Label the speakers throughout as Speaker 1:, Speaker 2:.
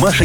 Speaker 1: Маша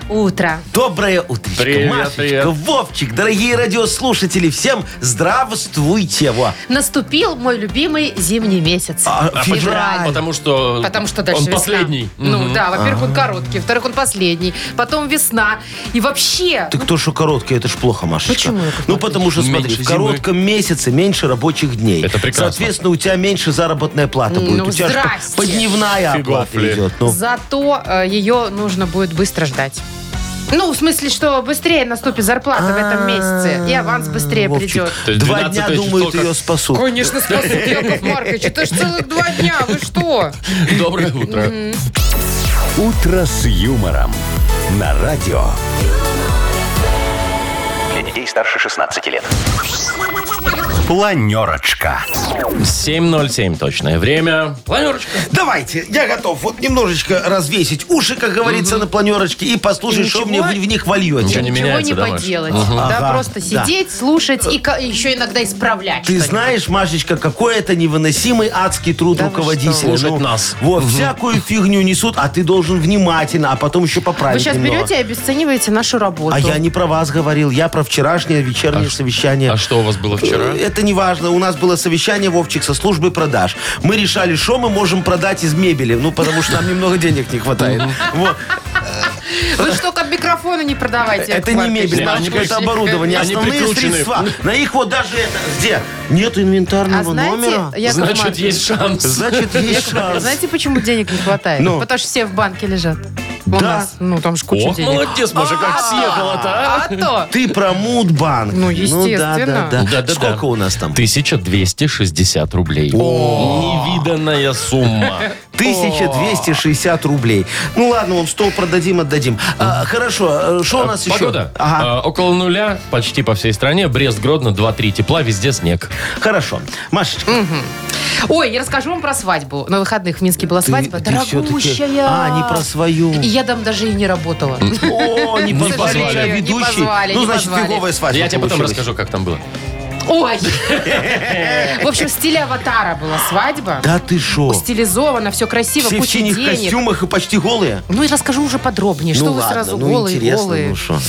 Speaker 2: утро.
Speaker 3: Доброе утречко,
Speaker 4: Привет,
Speaker 3: Машечка,
Speaker 4: привет.
Speaker 3: Вовчик, дорогие радиослушатели, всем здравствуйте, во.
Speaker 2: Наступил мой любимый зимний месяц.
Speaker 3: А,
Speaker 2: Февраль.
Speaker 4: Потому что...
Speaker 2: Потому что дальше
Speaker 4: Он
Speaker 2: весна.
Speaker 4: последний.
Speaker 2: Ну
Speaker 4: Мгм.
Speaker 2: да, во-первых, он короткий, во-вторых, он последний, потом весна. И вообще,
Speaker 3: Ты кто, что короткий, это ж плохо, Машечка.
Speaker 2: Почему, Яков
Speaker 3: Ну, потому что, смотри,
Speaker 4: Меньше
Speaker 3: в
Speaker 4: зимы.
Speaker 3: коротком месяце меньше рабочих дней.
Speaker 4: Это прекрасно.
Speaker 3: Соответственно, у тебя меньше заработная плата будет.
Speaker 2: Ну,
Speaker 3: у тебя ж по-
Speaker 2: здрасте.
Speaker 3: подневная
Speaker 4: Фигофли.
Speaker 3: оплата идет. Ну,
Speaker 2: зато э, ее нужно будет быстро ждать. Ну, в смысле, что быстрее наступит зарплата в этом месяце. И аванс быстрее
Speaker 3: Вовчик,
Speaker 2: придет.
Speaker 4: То есть
Speaker 3: Два дня
Speaker 4: 12 число
Speaker 3: думают,
Speaker 4: как-
Speaker 3: ее спасут.
Speaker 2: Конечно, спасут, Яков Маркович. Это ж целых два дня, вы что?
Speaker 4: Доброе утро.
Speaker 1: «Утро с юмором» на радио. Для детей старше 16 лет. Планерочка.
Speaker 4: 7.07 точное время. Планерочка.
Speaker 3: Давайте, я готов вот немножечко развесить уши, как говорится, на планерочке и послушать,
Speaker 2: И
Speaker 3: что мне
Speaker 2: ничего?
Speaker 3: в, в них вольете.
Speaker 4: не
Speaker 2: Ничего
Speaker 4: меняется,
Speaker 2: не
Speaker 4: да, Маш?
Speaker 2: поделать.
Speaker 4: Мгм.
Speaker 2: Да,
Speaker 3: Ага,
Speaker 2: просто
Speaker 3: да.
Speaker 2: сидеть, слушать и ко- еще иногда исправлять.
Speaker 3: Ты
Speaker 2: что-нибудь.
Speaker 3: знаешь, Машечка, какой это невыносимый адский труд
Speaker 2: Да вы что?
Speaker 3: руководителя. Ну,
Speaker 4: Слушать нас.
Speaker 3: Вот, всякую фигню несут, а ты должен внимательно, а потом еще поправить
Speaker 2: Вы сейчас
Speaker 3: немного.
Speaker 2: берете и обесцениваете нашу работу.
Speaker 3: А я не про вас говорил, я про вчерашнее вечернее совещание.
Speaker 4: А что у вас было вчера?
Speaker 3: Э, Это не важно. У нас было совещание, Вовчик, со службы продаж. Мы решали, что мы можем продать из мебели. Ну, потому что нам немного денег не хватает. Вот. Э,
Speaker 2: Вы что, как микрофоны не продавайте?
Speaker 3: Это
Speaker 2: Яков
Speaker 3: не
Speaker 2: Маркович? А
Speaker 3: мебель,
Speaker 4: Не, они
Speaker 3: Машечка, это
Speaker 4: прикручены.
Speaker 3: оборудование.
Speaker 4: Они
Speaker 3: Основные
Speaker 4: прикручены.
Speaker 3: средства. На их вот даже это... Где? Нет
Speaker 2: А
Speaker 3: инвентарного номера.
Speaker 2: знаете, Яков
Speaker 4: Значит,
Speaker 2: Маркович,
Speaker 4: есть шанс.
Speaker 3: Значит, есть шанс.
Speaker 2: знаете, почему денег не хватает?
Speaker 3: Ну.
Speaker 2: Потому что все в банке лежат. У
Speaker 3: Да.
Speaker 2: нас. Ну, там же куча
Speaker 4: Ох,
Speaker 2: денег.
Speaker 4: молодец, Маша, как съехала-то, а?
Speaker 2: А то.
Speaker 3: Ты про Мудбанк.
Speaker 2: Ну, естественно.
Speaker 3: да, да, да.
Speaker 4: Да-да-да.
Speaker 3: Сколько у нас там?
Speaker 4: 1260 рублей. Невиданная сумма.
Speaker 3: 1260 рублей. Ну ладно, он стол продадим, отдадим. А, хорошо, э, что у нас еще?
Speaker 4: Погода.
Speaker 3: Ага,
Speaker 4: Э, Около нуля почти по всей стране. Брест, Гродно 2-3 тепла, везде снег.
Speaker 3: хорошо. Машечка,
Speaker 2: Ой, я расскажу вам про свадьбу. На выходных в Минске была
Speaker 3: ты-
Speaker 2: свадьба.
Speaker 3: ты все-таки...
Speaker 2: Дорогущая.
Speaker 3: А, не про свою.
Speaker 2: И я там даже и не работала.
Speaker 3: О, не позвали
Speaker 4: позвали.
Speaker 3: тебя
Speaker 2: Не
Speaker 3: ведущий.
Speaker 2: позвали,
Speaker 3: ну,
Speaker 2: не
Speaker 3: значит,
Speaker 2: позвали.
Speaker 3: фиговая свадьба
Speaker 4: Я тебе потом
Speaker 3: получилась.
Speaker 4: расскажу, как там было.
Speaker 2: Ой. В общем, в стиле аватара была свадьба.
Speaker 3: Да ты шо?
Speaker 2: Стилизовано, все красиво,
Speaker 3: Все в
Speaker 2: куча
Speaker 3: синих
Speaker 2: денег.
Speaker 3: костюмах и почти голые?
Speaker 2: Ну и расскажу уже подробнее,
Speaker 3: ну
Speaker 2: что вы
Speaker 3: ладно,
Speaker 2: сразу
Speaker 3: ну
Speaker 2: голые,
Speaker 3: интересно,
Speaker 2: голые.
Speaker 3: ну шо.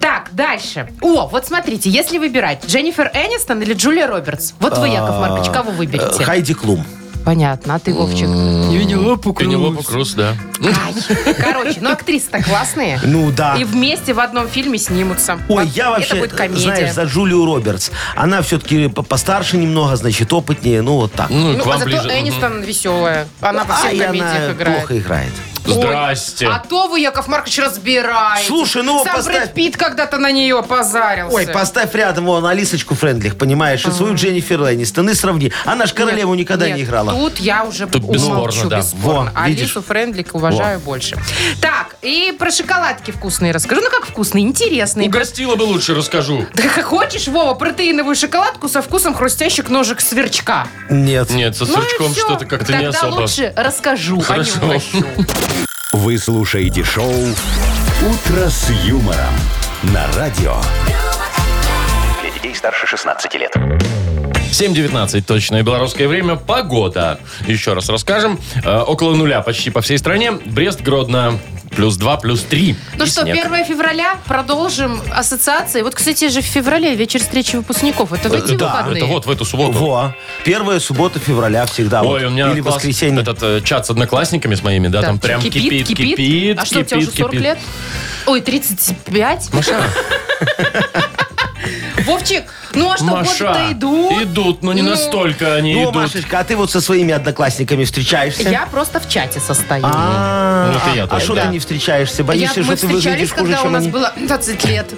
Speaker 2: Так, дальше. О, вот смотрите, если выбирать Дженнифер Энистон или Джулия Робертс, вот вы, Яков Маркович, кого
Speaker 3: Э,
Speaker 2: выберете?
Speaker 3: Хайди Клум.
Speaker 2: Понятно, а ты, Вовчик?
Speaker 4: Пенелопа Круз, да.
Speaker 2: Ай, Короче, ну актрисы-то классные.
Speaker 3: Ну да.
Speaker 2: И вместе в одном фильме снимутся.
Speaker 3: Ой,
Speaker 2: Вот
Speaker 3: я вообще,
Speaker 2: Это будет комедия.
Speaker 3: знаешь, за Джулию Робертс. Она все-таки по- постарше немного, значит, опытнее. Ну, вот так.
Speaker 4: Ну, и
Speaker 2: ну,
Speaker 4: к
Speaker 2: а
Speaker 4: вам
Speaker 2: зато
Speaker 4: ближе. Мгм.
Speaker 2: Энистон веселая. Она по всех
Speaker 3: Ай,
Speaker 2: комедиях
Speaker 3: А, она
Speaker 2: играет.
Speaker 3: плохо играет.
Speaker 4: Здрасте.
Speaker 2: Ой, а то вы, Яков Маркович, разбираете.
Speaker 3: Слушай, ну,
Speaker 2: Сам
Speaker 3: поставь-
Speaker 2: Брэд Питт когда-то на нее позарился.
Speaker 3: Ой, поставь рядом вон Алисочку Френдлих, понимаешь, и свою Дженнифер Энистон и сравни. Она ж королеву никогда
Speaker 2: Нет,
Speaker 3: не играла.
Speaker 2: Тут я уже
Speaker 4: Тут бесспорно,
Speaker 2: умолчу,
Speaker 4: да.
Speaker 2: бесспорно.
Speaker 3: Во, видишь?
Speaker 2: Алису Френдлик уважаю больше. Так, и про шоколадки вкусные расскажу. Ну как вкусные, интересные.
Speaker 4: Угостила Ну, бы лучше, расскажу.
Speaker 2: Да как хочешь, Вова, протеиновую шоколадку со вкусом хрустящих ножек сверчка.
Speaker 3: Нет.
Speaker 4: Нет, со
Speaker 2: Ну и
Speaker 4: сверчком
Speaker 2: всё.
Speaker 4: что-то как-то не
Speaker 2: Тогда
Speaker 4: особо.
Speaker 2: лучше расскажу,
Speaker 4: Хорошо.
Speaker 2: а не угощу.
Speaker 1: Вы слушаете шоу «Утро с юмором» на радио. Для детей старше 16 лет.
Speaker 4: 7.19 точное белорусское время. Погода. Еще раз расскажем. Э, около нуля почти по всей стране. Брест, Гродно. Плюс 2, плюс 3.
Speaker 2: Ну что, 1 февраля продолжим ассоциации. Вот, кстати, же в феврале вечер встречи выпускников. Это в эти
Speaker 4: да,
Speaker 2: выходные?
Speaker 4: это вот в эту субботу.
Speaker 3: Во. Первая суббота февраля всегда.
Speaker 4: Ой,
Speaker 3: вот.
Speaker 4: у меня
Speaker 3: Или
Speaker 4: класс-
Speaker 3: воскресенье.
Speaker 4: этот э, чат с одноклассниками с моими, да,
Speaker 2: Да.
Speaker 4: А там прям кипит, кипит, кипит,
Speaker 2: А что, у тебя уже 40
Speaker 4: кипит.
Speaker 2: лет? Ой, 35?
Speaker 4: Маша,
Speaker 2: Вовчик, ну а что,
Speaker 4: Маша,
Speaker 2: годы-то идут?
Speaker 4: идут, но не
Speaker 2: Ну,
Speaker 4: настолько они
Speaker 3: Ну,
Speaker 4: идут.
Speaker 3: Машечка, а ты вот со своими одноклассниками встречаешься?
Speaker 2: Я просто в чате состою.
Speaker 3: А,
Speaker 4: Ну, это я
Speaker 3: а
Speaker 4: тоже,
Speaker 3: что
Speaker 4: да.
Speaker 3: ты не встречаешься?
Speaker 2: Я,
Speaker 3: Боишься,
Speaker 2: мы
Speaker 3: что ты выглядишь
Speaker 2: встречались,
Speaker 3: хуже,
Speaker 2: когда у
Speaker 3: чем
Speaker 2: нас
Speaker 3: они?
Speaker 2: было 20 лет.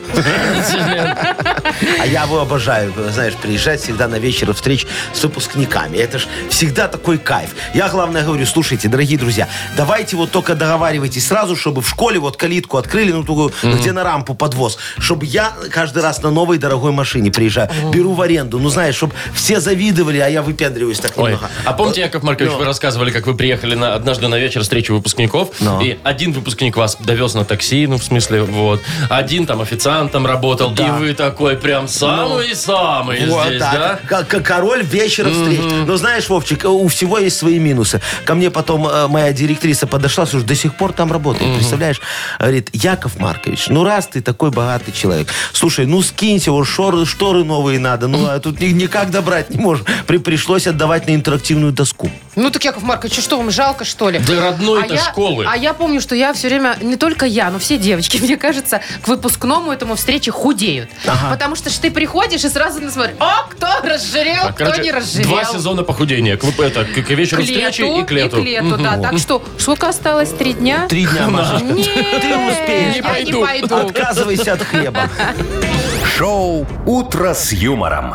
Speaker 3: А я его обожаю, знаешь, приезжать всегда на вечер встреч с выпускниками. Это ж всегда такой кайф. Я главное говорю, слушайте, дорогие друзья, давайте вот только договаривайтесь сразу, чтобы в школе вот калитку открыли, ну, такую, где на рампу подвоз, чтобы я каждый раз на новой дорогой машине хорошая, беру в аренду. Ну, знаешь, чтобы все завидовали, а я выпендриваюсь так
Speaker 4: Ой,
Speaker 3: немного.
Speaker 4: а помните, Яков
Speaker 3: Ну.
Speaker 4: Маркович, вы рассказывали, как вы приехали на, однажды на вечер встречи выпускников,
Speaker 3: Ну.
Speaker 4: и один выпускник вас довез на такси, ну, в смысле, вот, один там официантом работал, и вы такой прям самый-самый
Speaker 3: Ну. Вот
Speaker 4: здесь, да?
Speaker 3: так. К- к- Король вечера встреч. Но знаешь, Вовчик, э, у всего есть свои минусы. Ко мне потом э, моя директриса подошла, слушай, до сих пор там работает, представляешь? Говорит, Яков Маркович, ну раз ты такой богатый человек, слушай, ну скинься, вот шоры, шторы новые надо, ну а тут ни- никак добрать не можем. При, пришлось отдавать на интерактивную доску.
Speaker 2: Ну так, Яков Маркович, что вам жалко, что ли?
Speaker 4: Да родной-то
Speaker 2: я-
Speaker 4: школы.
Speaker 2: А я помню, что я все время, не только я, но все девочки, мне кажется, к выпускному этому встрече худеют. Потому что ж ты приходишь и сразу на смотришь, о, кто разжирел,
Speaker 4: А,
Speaker 2: кто не разжирел.
Speaker 4: два сезона похудения. К, это, к, к вечеру
Speaker 2: к
Speaker 4: встречи
Speaker 2: лету
Speaker 4: и к лету. Мгм.
Speaker 2: да. Так что, сколько осталось? Три дня?
Speaker 3: Три дня, Машечка.
Speaker 2: Нет,
Speaker 3: Ты успеешь.
Speaker 2: я
Speaker 4: пойду.
Speaker 2: не пойду.
Speaker 3: Отказывайся от хлеба.
Speaker 1: Шоу «Утро с юмором».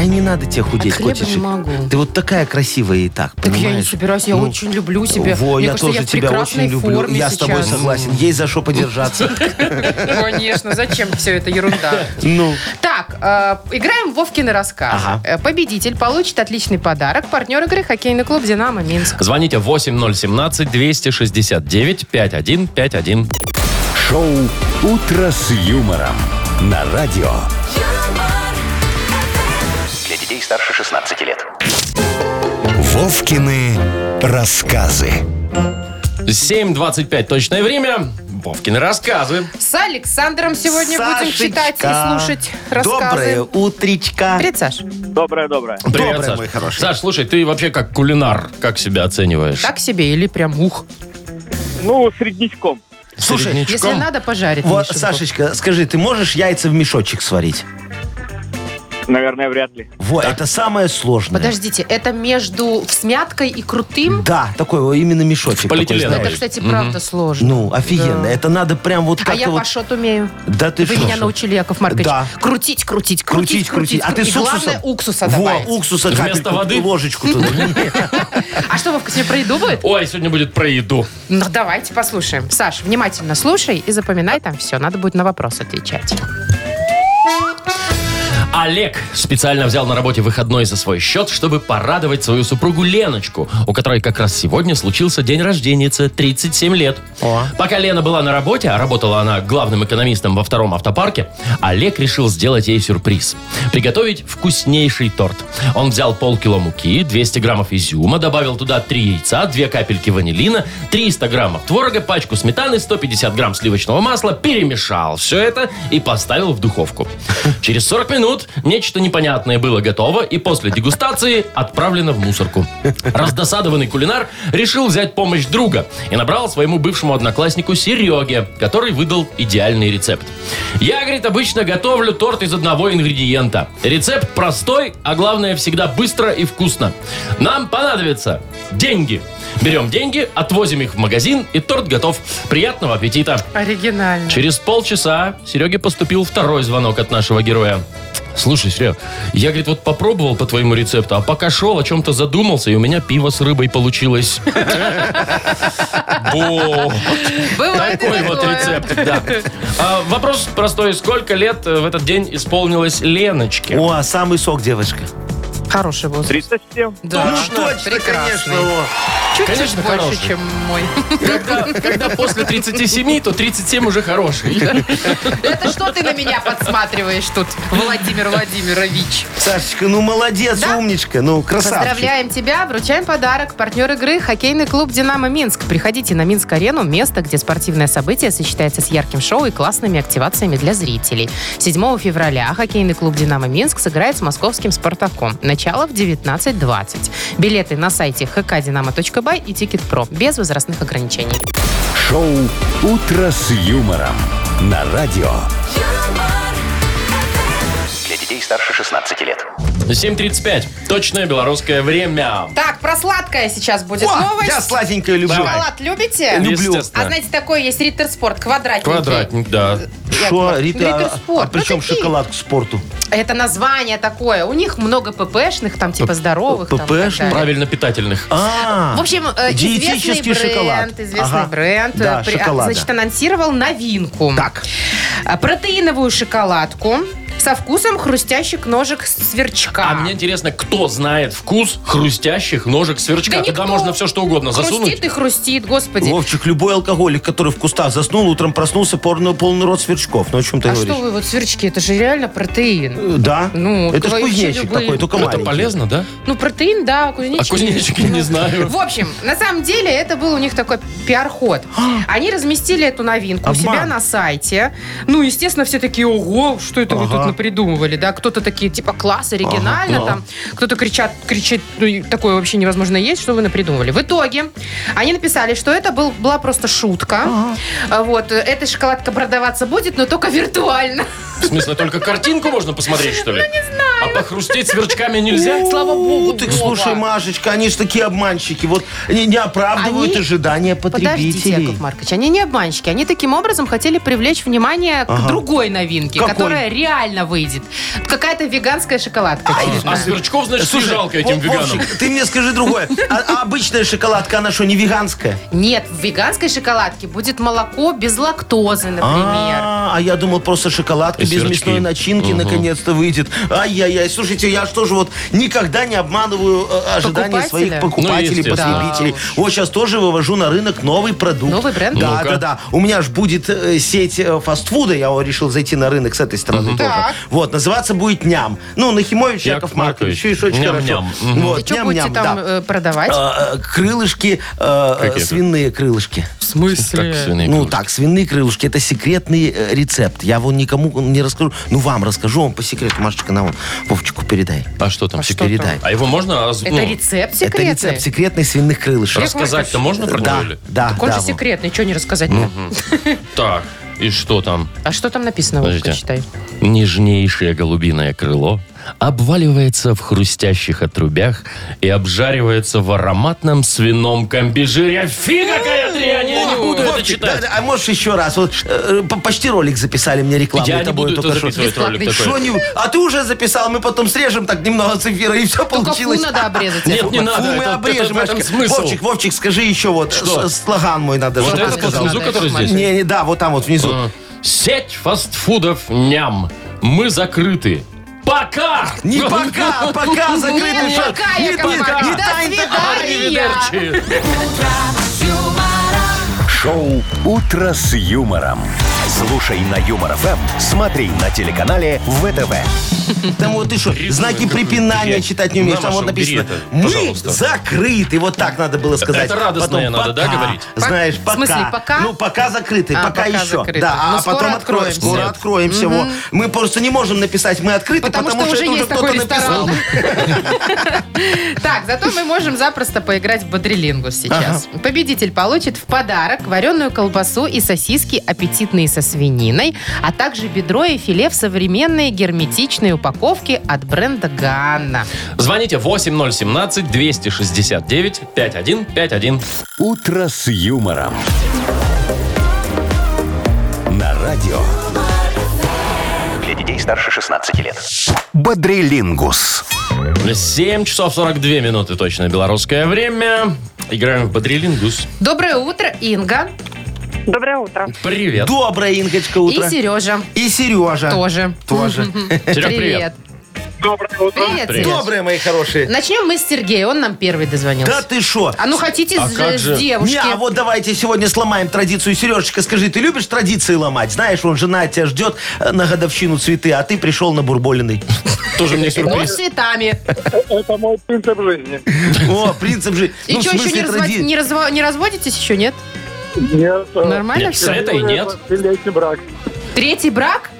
Speaker 3: А не надо тебе худеть,
Speaker 2: От хлеба не
Speaker 3: котичек.
Speaker 2: могу.
Speaker 3: Ты вот такая красивая и так,
Speaker 2: Так я не
Speaker 3: понимаешь?
Speaker 2: собираюсь, я
Speaker 3: Ну,
Speaker 2: очень люблю себя.
Speaker 3: Во,
Speaker 2: Мне
Speaker 3: я
Speaker 2: кажется,
Speaker 3: тоже
Speaker 2: я в
Speaker 3: тебя
Speaker 2: прекрасной
Speaker 3: очень люблю.
Speaker 2: форме
Speaker 3: Я с тобой
Speaker 2: сейчас.
Speaker 3: согласен. Есть за что подержаться.
Speaker 2: Конечно, зачем все это ерунда?
Speaker 3: Ну.
Speaker 2: Так, э, играем в Вовкины рассказ.
Speaker 3: Ага.
Speaker 2: Э, Победитель получит отличный подарок. Партнер игры хоккейный клуб «Динамо Минск».
Speaker 4: Звоните 8017-269-5151.
Speaker 1: Шоу «Утро с юмором» на радио.
Speaker 5: Для детей старше 16 лет.
Speaker 1: Вовкины рассказы.
Speaker 4: 7.25 точное время. Вовкины рассказы.
Speaker 2: С Александром сегодня будем
Speaker 3: Сашечка,
Speaker 2: читать и слушать рассказы.
Speaker 3: Доброе утречко.
Speaker 2: Привет, Саш.
Speaker 6: Доброе-доброе.
Speaker 4: Привет,
Speaker 3: Доброе,
Speaker 4: Саш.
Speaker 3: мой хороший.
Speaker 4: Саш, слушай, ты вообще как кулинар, как себя оцениваешь?
Speaker 2: Так себе или прям ух?
Speaker 6: Ну, среднячком.
Speaker 3: Слушай,
Speaker 2: Если надо, пожарить.
Speaker 3: Вот,
Speaker 2: Миша.
Speaker 3: Сашечка, скажи, ты можешь яйца в мешочек сварить?
Speaker 6: Наверное, вряд ли.
Speaker 3: Во, это самое сложное.
Speaker 2: Подождите, это между всмяткой и крутым?
Speaker 3: Да, такой вот, именно мешочек. такой,
Speaker 4: полиэтилен.
Speaker 3: знаешь.
Speaker 2: Это, кстати, правда сложно.
Speaker 3: Ну, офигенно.
Speaker 2: Да.
Speaker 3: Это надо прям вот как-то
Speaker 2: А я
Speaker 3: вот...
Speaker 2: пашот умею.
Speaker 3: Да ты
Speaker 2: Вы
Speaker 3: шо,
Speaker 2: меня
Speaker 3: шо?
Speaker 2: научили, Яков Маркович.
Speaker 3: Да.
Speaker 2: Крутить, крутить, крутить, крутить.
Speaker 3: А ты
Speaker 2: крутить.
Speaker 3: с
Speaker 2: И главное,
Speaker 3: уксусом?
Speaker 2: уксуса
Speaker 3: Во,
Speaker 2: добавить.
Speaker 3: уксуса
Speaker 4: Вместо
Speaker 3: капельку,
Speaker 4: воды?
Speaker 3: ложечку туда.
Speaker 2: А что, Вовка, сегодня про еду будет?
Speaker 4: Ой, сегодня будет про еду.
Speaker 2: Ну, давайте послушаем. Саш, внимательно слушай и запоминай там все. Надо будет на вопрос отвечать.
Speaker 4: Олег специально взял на работе выходной за свой счет, чтобы порадовать свою супругу Леночку, у которой как раз сегодня случился день рождения, 37 лет. Пока Лена была на работе, а работала она главным экономистом во втором автопарке, Олег решил сделать ей сюрприз. Приготовить вкуснейший торт. Он взял полкило муки, 200 граммов изюма, добавил туда 3 яйца, 2 капельки ванилина, 300 граммов творога, пачку сметаны, 150 грамм сливочного масла, перемешал все это и поставил в духовку. Через 40 минут нечто непонятное было готово и после дегустации отправлено в мусорку. Раздосадованный кулинар решил взять помощь друга и набрал своему бывшему однокласснику Сереге, который выдал идеальный рецепт. Я, говорит, обычно готовлю торт из одного ингредиента. Рецепт простой, а главное всегда быстро и вкусно. Нам понадобятся деньги. Берем деньги, отвозим их в магазин, и торт готов. Приятного аппетита!
Speaker 2: Оригинально.
Speaker 4: Через полчаса Сереге поступил второй звонок от нашего героя. Слушай, Серег, я, говорит, вот попробовал по твоему рецепту, а пока шел, о чем-то задумался, и у меня пиво с рыбой получилось. Бо.
Speaker 2: Бывает и
Speaker 4: Такой вот
Speaker 2: такое.
Speaker 4: рецепт, да. А, Вопрос простой. Сколько лет э, в этот день исполнилось Леночке?
Speaker 3: О, а самый сок, девочка.
Speaker 2: Хороший был.
Speaker 6: 37.
Speaker 2: Да.
Speaker 3: Ну, точно,
Speaker 2: Прекрасный.
Speaker 3: конечно. о.
Speaker 2: Чуть-чуть
Speaker 4: Конечно,
Speaker 2: больше,
Speaker 4: хороший.
Speaker 2: чем мой.
Speaker 4: Когда, когда после 37, то 37 уже хороший.
Speaker 2: Это что ты на меня подсматриваешь тут, Владимир Владимирович?
Speaker 3: Сашечка, ну молодец,
Speaker 2: Да?
Speaker 3: умничка. Ну, красавчик.
Speaker 2: Поздравляем тебя, вручаем подарок. Партнер игры – хоккейный клуб «Динамо Минск». Приходите на Минск-арену, место, где спортивное событие сочетается с ярким шоу и классными активациями для зрителей. 7 февраля хоккейный клуб «Динамо Минск» сыграет с московским «Спартаком». Начало в 19.20. Билеты на сайте hkdinamo.by и «Тикет.Про» без возрастных ограничений.
Speaker 1: Шоу «Утро с юмором» на радио.
Speaker 5: Для детей старше 16 лет.
Speaker 4: 7.35. Точное белорусское время.
Speaker 2: Так, про сладкое сейчас будет
Speaker 3: О,
Speaker 2: новость.
Speaker 3: я сладенькое люблю.
Speaker 2: Шоколад любите?
Speaker 3: Люблю.
Speaker 4: Естественно.
Speaker 2: А знаете, э, такой есть Риттер Спорт, квадратненький.
Speaker 4: Квадратник, да.
Speaker 3: Что, Рита,
Speaker 2: Риттер
Speaker 3: а- а
Speaker 2: Спорт.
Speaker 3: при чем
Speaker 2: ну, такие.
Speaker 3: шоколад к спорту?
Speaker 2: Это название такое. У них много ППшных, там типа здоровых. там, и так
Speaker 3: ППшных?
Speaker 2: далее.
Speaker 4: Правильно питательных.
Speaker 3: А,
Speaker 2: В общем, э, известный
Speaker 3: диетический
Speaker 2: бренд,
Speaker 3: шоколад.
Speaker 2: известный
Speaker 3: Ага.
Speaker 2: бренд, э,
Speaker 3: Да,
Speaker 2: при- а,
Speaker 3: шоколада.
Speaker 2: значит, анонсировал новинку.
Speaker 3: Так.
Speaker 2: А, Протеиновую шоколадку со вкусом хрустящих ножек сверчка.
Speaker 4: А мне интересно, кто знает вкус хрустящих ножек сверчка?
Speaker 2: Да
Speaker 4: Туда
Speaker 2: никто.
Speaker 4: можно все что угодно засунуть.
Speaker 2: Хрустит и хрустит, господи.
Speaker 3: Вовчик, любой алкоголик, который в кустах заснул, утром проснулся, порно, полный рот сверчков. Ну, о чем ты
Speaker 2: а
Speaker 3: говоришь?
Speaker 2: что вы, вот сверчки, это же реально протеин.
Speaker 3: Э, Да.
Speaker 2: Ну,
Speaker 3: это ж
Speaker 2: вообще
Speaker 3: кузнечик
Speaker 2: любые.
Speaker 3: такой, только
Speaker 4: Ну, Это
Speaker 3: маленький.
Speaker 4: полезно, да?
Speaker 2: Ну, протеин, да,
Speaker 4: А
Speaker 2: кузнечики.
Speaker 4: кузнечики не знаю.
Speaker 2: В общем, на самом деле это был у них такой пиар-ход. Они разместили эту новинку у
Speaker 3: Обман.
Speaker 2: себя на сайте. Ну, естественно, все такие, ого, что это вы
Speaker 3: Ага.
Speaker 2: тут напридумывали, да? Кто-то такие, типа, класс, оригинально, там. Кто-то кричат, кричит, ну, и такое вообще невозможно есть, что вы напридумывали. В итоге они написали, что это был, была просто шутка. А Вот, э, эта шоколадка продаваться будет, но только виртуально.
Speaker 4: В смысле, только картинку можно посмотреть, что
Speaker 2: Ну,
Speaker 4: ли? не знаю. А похрустеть сверчками нельзя?
Speaker 2: Слава
Speaker 3: Ну,
Speaker 2: богу,
Speaker 3: ты
Speaker 2: Вова.
Speaker 3: слушай, Машечка, они же такие обманщики. Вот не, не оправдывают
Speaker 2: Они-
Speaker 3: ожидания
Speaker 2: Подождите,
Speaker 3: потребителей.
Speaker 2: Яков Маркович, они не обманщики. Они таким образом хотели привлечь внимание к другой новинке,
Speaker 3: Какой?
Speaker 2: которая реально выйдет. Какая-то веганская шоколадка. очередная.
Speaker 4: А сверчков, значит, не
Speaker 3: Слушай,
Speaker 4: жалко этим
Speaker 3: Вов-
Speaker 4: веганам.
Speaker 3: Вовчик, ты мне скажи другое. А, а обычная шоколадка, она что, не веганская?
Speaker 2: Нет, в веганской шоколадке будет молоко без лактозы, например.
Speaker 3: А, а я думал, просто шоколадка
Speaker 4: И
Speaker 3: без
Speaker 4: сверчки.
Speaker 3: мясной начинки наконец-то выйдет. Ай-яй-яй, слушайте, я что же вот никогда не обманываю э, ожидания
Speaker 2: Покупателя?
Speaker 3: своих
Speaker 4: Ну,
Speaker 3: покупателей,
Speaker 4: естественно.
Speaker 3: потребителей. Вот сейчас тоже вывожу на рынок новый продукт.
Speaker 2: Новый бренд?
Speaker 3: Да,
Speaker 4: Ну-ка.
Speaker 3: да, да. У меня же будет э, сеть э, фастфуда, я вот решил зайти на рынок с этой стороны тоже.
Speaker 2: Так.
Speaker 3: Вот, называться будет «Ням». Ну,
Speaker 4: Яков
Speaker 3: Нахимович Яков Маркович,
Speaker 4: Маркович.
Speaker 3: видишь, очень
Speaker 4: Ням-ням.
Speaker 3: хорошо.
Speaker 4: Мгм.
Speaker 3: Вот,
Speaker 2: И что будете
Speaker 3: ням-ням,
Speaker 2: там
Speaker 3: да.
Speaker 2: э, продавать?
Speaker 3: Э, э, Крылышки, э, э,
Speaker 4: Какие-то.
Speaker 3: свиные крылышки.
Speaker 2: в смысле?
Speaker 4: Как свиные
Speaker 3: Ну
Speaker 4: крылышки.
Speaker 3: так, свиные крылышки это секретный э, рецепт. Я вон никому не расскажу. Ну вам расскажу, вам по секрету. Машечка, на вон Вовчику передай.
Speaker 4: А что там?
Speaker 3: Все передай.
Speaker 4: А его можно раз-
Speaker 2: Это
Speaker 4: ну,
Speaker 2: рецепт
Speaker 3: Это
Speaker 2: секретный?
Speaker 3: рецепт секретных свиных крылышек.
Speaker 2: Яков
Speaker 4: рассказать-то
Speaker 2: Маркович.
Speaker 4: можно про него
Speaker 3: Да,
Speaker 4: или?
Speaker 3: да,
Speaker 2: Так он
Speaker 3: да,
Speaker 2: же
Speaker 3: вот. Ну.
Speaker 2: секретный, что не рассказать
Speaker 4: Так, и что там?
Speaker 2: А что там написано, Вовка,
Speaker 4: Подождите.
Speaker 2: читай?
Speaker 4: Нежнейшее голубиное крыло обваливается в хрустящих отрубях и обжаривается в ароматном свином комбижире. Фи, какая дрянь! Я не
Speaker 3: О,
Speaker 4: буду это
Speaker 3: Вовчик,
Speaker 4: читать!
Speaker 3: да, да, а можешь еще раз? Вот, э, по- почти ролик записали мне рекламу.
Speaker 4: Я не буду это записывать ролик
Speaker 2: Бесплатный
Speaker 4: такой.
Speaker 3: Что не- А ты уже записал, мы потом срежем так немного с эфира, и все
Speaker 2: Только фу
Speaker 3: получилось.
Speaker 2: надо обрезать.
Speaker 4: Нет,
Speaker 2: Яков
Speaker 4: не
Speaker 2: Маркович.
Speaker 4: надо.
Speaker 3: Фу, мы
Speaker 4: это-
Speaker 3: обрежем.
Speaker 4: это в этом
Speaker 3: Машечка.
Speaker 4: смысл.
Speaker 3: Вовчик, Вовчик, скажи еще вот
Speaker 4: Что?
Speaker 3: с- слоган мой надо.
Speaker 4: Вот
Speaker 3: чтобы
Speaker 4: этот
Speaker 3: ты
Speaker 4: вот
Speaker 3: сказал.
Speaker 4: внизу, который здесь? А.
Speaker 3: Не, не, да, вот там вот внизу.
Speaker 4: Сеть фастфудов ням. Мы закрыты. Пока!
Speaker 3: Не пока, пока закрытый
Speaker 2: Не
Speaker 3: шаг.
Speaker 2: пока,
Speaker 3: Не а
Speaker 2: Яков
Speaker 3: пока,
Speaker 2: Маркович.
Speaker 3: не
Speaker 2: До
Speaker 3: тань, тань.
Speaker 2: свидания.
Speaker 4: Arrivederci.
Speaker 1: Шоу «Утро с юмором». Слушай на Юмор ФМ, смотри на телеканале ВТВ.
Speaker 3: Там вот ты что,
Speaker 4: Придумай
Speaker 3: знаки
Speaker 4: какую-то
Speaker 3: препинания
Speaker 4: дрянь.
Speaker 3: читать не умеешь.
Speaker 4: Да,
Speaker 3: Там вот
Speaker 4: Маша, убери
Speaker 3: написано,
Speaker 4: это,
Speaker 3: мы
Speaker 4: пожалуйста.
Speaker 3: закрыты. Вот так надо было сказать.
Speaker 4: Это радостное
Speaker 3: Потом
Speaker 4: надо, да,
Speaker 3: пока.
Speaker 4: говорить?
Speaker 3: Знаешь,
Speaker 2: В
Speaker 3: пока.
Speaker 2: смысле, пока?
Speaker 3: Ну, пока закрыты,
Speaker 2: А,
Speaker 3: пока
Speaker 2: пока
Speaker 3: еще.
Speaker 2: закрыты.
Speaker 3: Да,
Speaker 2: Но
Speaker 3: а
Speaker 2: скоро
Speaker 3: потом откроем.
Speaker 2: откроемся.
Speaker 3: Скоро
Speaker 4: Нет.
Speaker 3: откроемся. во. Мы просто не можем написать, мы открыты,
Speaker 2: Потому,
Speaker 3: потому
Speaker 2: что,
Speaker 3: что это
Speaker 2: уже
Speaker 3: уже
Speaker 2: есть такой
Speaker 3: кто-то
Speaker 2: ресторан.
Speaker 3: написал.
Speaker 2: Так, зато мы можем запросто поиграть в бодрелингус сейчас. Победитель получит в подарок вареную колбасу и сосиски аппетитные со свининой, а также бедро и филе в современной герметичной упаковке от бренда Ганна.
Speaker 4: Звоните 8017-269-5151.
Speaker 1: «Утро с юмором». На радио
Speaker 5: Для детей старше 16 лет.
Speaker 1: «Бодрилингус».
Speaker 4: 7 часов 42 минуты точно белорусское время. Играем в Бодрилингус.
Speaker 2: Доброе утро, Инга
Speaker 7: Доброе утро.
Speaker 4: Привет.
Speaker 3: Доброе, Ингочка, утро.
Speaker 2: и Сережа.
Speaker 3: И Сережа.
Speaker 2: Тоже.
Speaker 3: Тоже.
Speaker 4: Серег, привет.
Speaker 6: Доброе утро.
Speaker 2: Привет,
Speaker 4: Привет.
Speaker 2: Сереж.
Speaker 3: Доброе, мои хорошие.
Speaker 2: Начнем мы с Сергея, он нам первый дозвонился.
Speaker 3: Да ты шо?
Speaker 2: Ну, А ну хотите
Speaker 4: А
Speaker 2: с,
Speaker 4: как
Speaker 2: с
Speaker 4: же?
Speaker 2: девушки?
Speaker 3: Не, а вот давайте сегодня сломаем традицию. Сережечка, скажи, ты любишь традиции ломать? Знаешь, он жена тебя ждет э, на годовщину цветы, а ты пришел на бурболиной.
Speaker 4: Тоже мне
Speaker 2: Ну, с
Speaker 4: сюрприз.
Speaker 2: цветами.
Speaker 6: Это мой принцип жизни.
Speaker 3: О, принцип же.
Speaker 2: И
Speaker 3: ну, в
Speaker 2: что, еще не,
Speaker 3: смысле,
Speaker 2: разво-
Speaker 3: тради-
Speaker 2: не разво- не разводитесь еще, нет?
Speaker 6: Нет. э,
Speaker 2: Нормально
Speaker 4: Нет,
Speaker 2: все?
Speaker 4: с этой нет.
Speaker 6: Летний брак.
Speaker 2: Третий брак?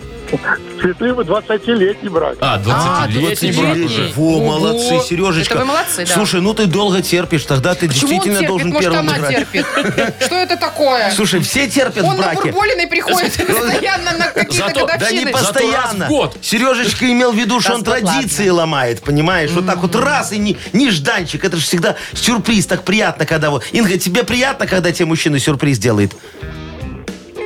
Speaker 6: Цветы вы 20-летний брали.
Speaker 4: А, 20-летний брат
Speaker 2: 20-летний.
Speaker 4: уже.
Speaker 3: Во,
Speaker 2: Ого.
Speaker 3: молодцы, Сережечка.
Speaker 2: Это вы молодцы, да.
Speaker 3: Слушай, ну ты долго терпишь, тогда ты
Speaker 2: Почему он
Speaker 3: действительно
Speaker 2: терпит?
Speaker 3: должен
Speaker 2: Может,
Speaker 3: первым
Speaker 2: она
Speaker 3: играть.
Speaker 2: терпит? Что это такое?
Speaker 3: Слушай, все терпят
Speaker 2: Он
Speaker 3: в
Speaker 2: на
Speaker 3: браке.
Speaker 2: Бурболиной приходит постоянно на какие-то
Speaker 4: Зато- да
Speaker 3: Да не
Speaker 2: годовщины.
Speaker 4: пос- Зато
Speaker 3: постоянно.
Speaker 4: раз в год.
Speaker 3: Сережечка имел в виду, что
Speaker 2: Раз
Speaker 3: он
Speaker 2: в год,
Speaker 3: традиции ломает, понимаешь? Вот так вот раз и не, нежданчик. Это же всегда сюрприз. Так приятно, когда вот... Инга, тебе приятно, когда тебе мужчина сюрприз делает?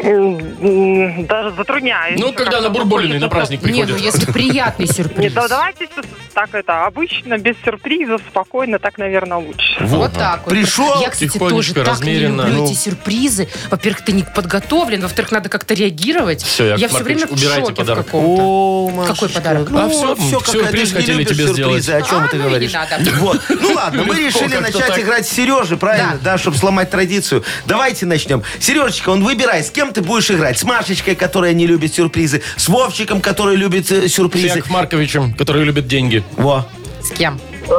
Speaker 7: М, Даже затрудняюсь.
Speaker 4: Ну, когда на Бурболиной на праздник
Speaker 2: Не, ну
Speaker 4: приходит.
Speaker 2: если приятный сюрприз.
Speaker 7: Нет,
Speaker 8: ну,
Speaker 7: да давайте с- так это обычно, без сюрпризов, спокойно, так, наверное, лучше.
Speaker 2: Вот так вот.
Speaker 3: Пришел,
Speaker 2: Я, кстати,
Speaker 4: тихонечко,
Speaker 2: тоже так
Speaker 4: размеренно.
Speaker 2: не люблю
Speaker 4: Ну.
Speaker 2: эти сюрпризы. Во-первых, ты не подготовлен, во-вторых, надо как-то реагировать.
Speaker 4: Всё, Яков
Speaker 2: я все
Speaker 4: Маркович,
Speaker 2: время в
Speaker 4: убирайте
Speaker 2: шоке
Speaker 4: подарок.
Speaker 2: в каком-то.
Speaker 3: О,
Speaker 2: Какой
Speaker 3: Машечка,
Speaker 2: подарок?
Speaker 3: ну
Speaker 4: А
Speaker 3: вот
Speaker 4: всё,
Speaker 3: всё, какая-
Speaker 4: сюрприз
Speaker 3: ты ж не
Speaker 4: хотели
Speaker 3: любишь
Speaker 4: тебе
Speaker 3: сюрпризы,
Speaker 4: сделать.
Speaker 3: О чем
Speaker 2: А,
Speaker 3: ты
Speaker 2: ну и не
Speaker 3: говоришь?
Speaker 2: надо.
Speaker 3: Вот. Ну ладно, мы
Speaker 4: Легко
Speaker 3: решили
Speaker 4: как-то
Speaker 3: начать
Speaker 4: так.
Speaker 3: играть с Сережи, правильно?
Speaker 2: Да.
Speaker 3: Да, чтобы сломать традицию. Давайте начнем. Сережечка, он выбирай, с кем ты будешь играть. С Машечкой, которая не любит сюрпризы, с Вовчиком, который любит э,
Speaker 4: С
Speaker 3: сюрпризы.
Speaker 4: Яков Марковичем, который любит деньги.
Speaker 3: Во.
Speaker 2: С кем?
Speaker 6: Э,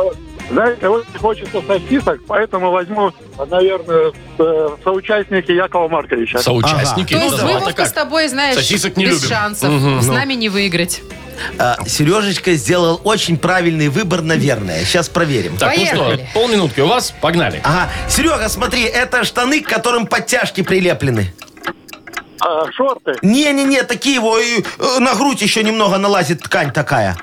Speaker 6: Знаете, очень хочется сосисок, поэтому возьму, наверное, э, соучастники Якова Марковича.
Speaker 4: Соучастники.
Speaker 2: То
Speaker 4: Ну,
Speaker 2: есть
Speaker 4: давай,
Speaker 2: мы,
Speaker 4: это
Speaker 2: Вовка,
Speaker 4: как?
Speaker 2: с тобой, знаешь,
Speaker 4: Сосисок не
Speaker 2: без
Speaker 4: любим.
Speaker 2: шансов. с
Speaker 3: Ну.
Speaker 2: нами не выиграть.
Speaker 3: А, Сережечка сделал очень правильный выбор, наверное. Сейчас проверим.
Speaker 4: Так, ну что,
Speaker 2: Поехали.
Speaker 4: полминутки у вас, погнали.
Speaker 3: Ага. Серега, смотри, это штаны, к которым подтяжки прилеплены.
Speaker 6: А, шорты,
Speaker 3: Не-не-не, такие его и э, на грудь еще немного налазит ткань такая.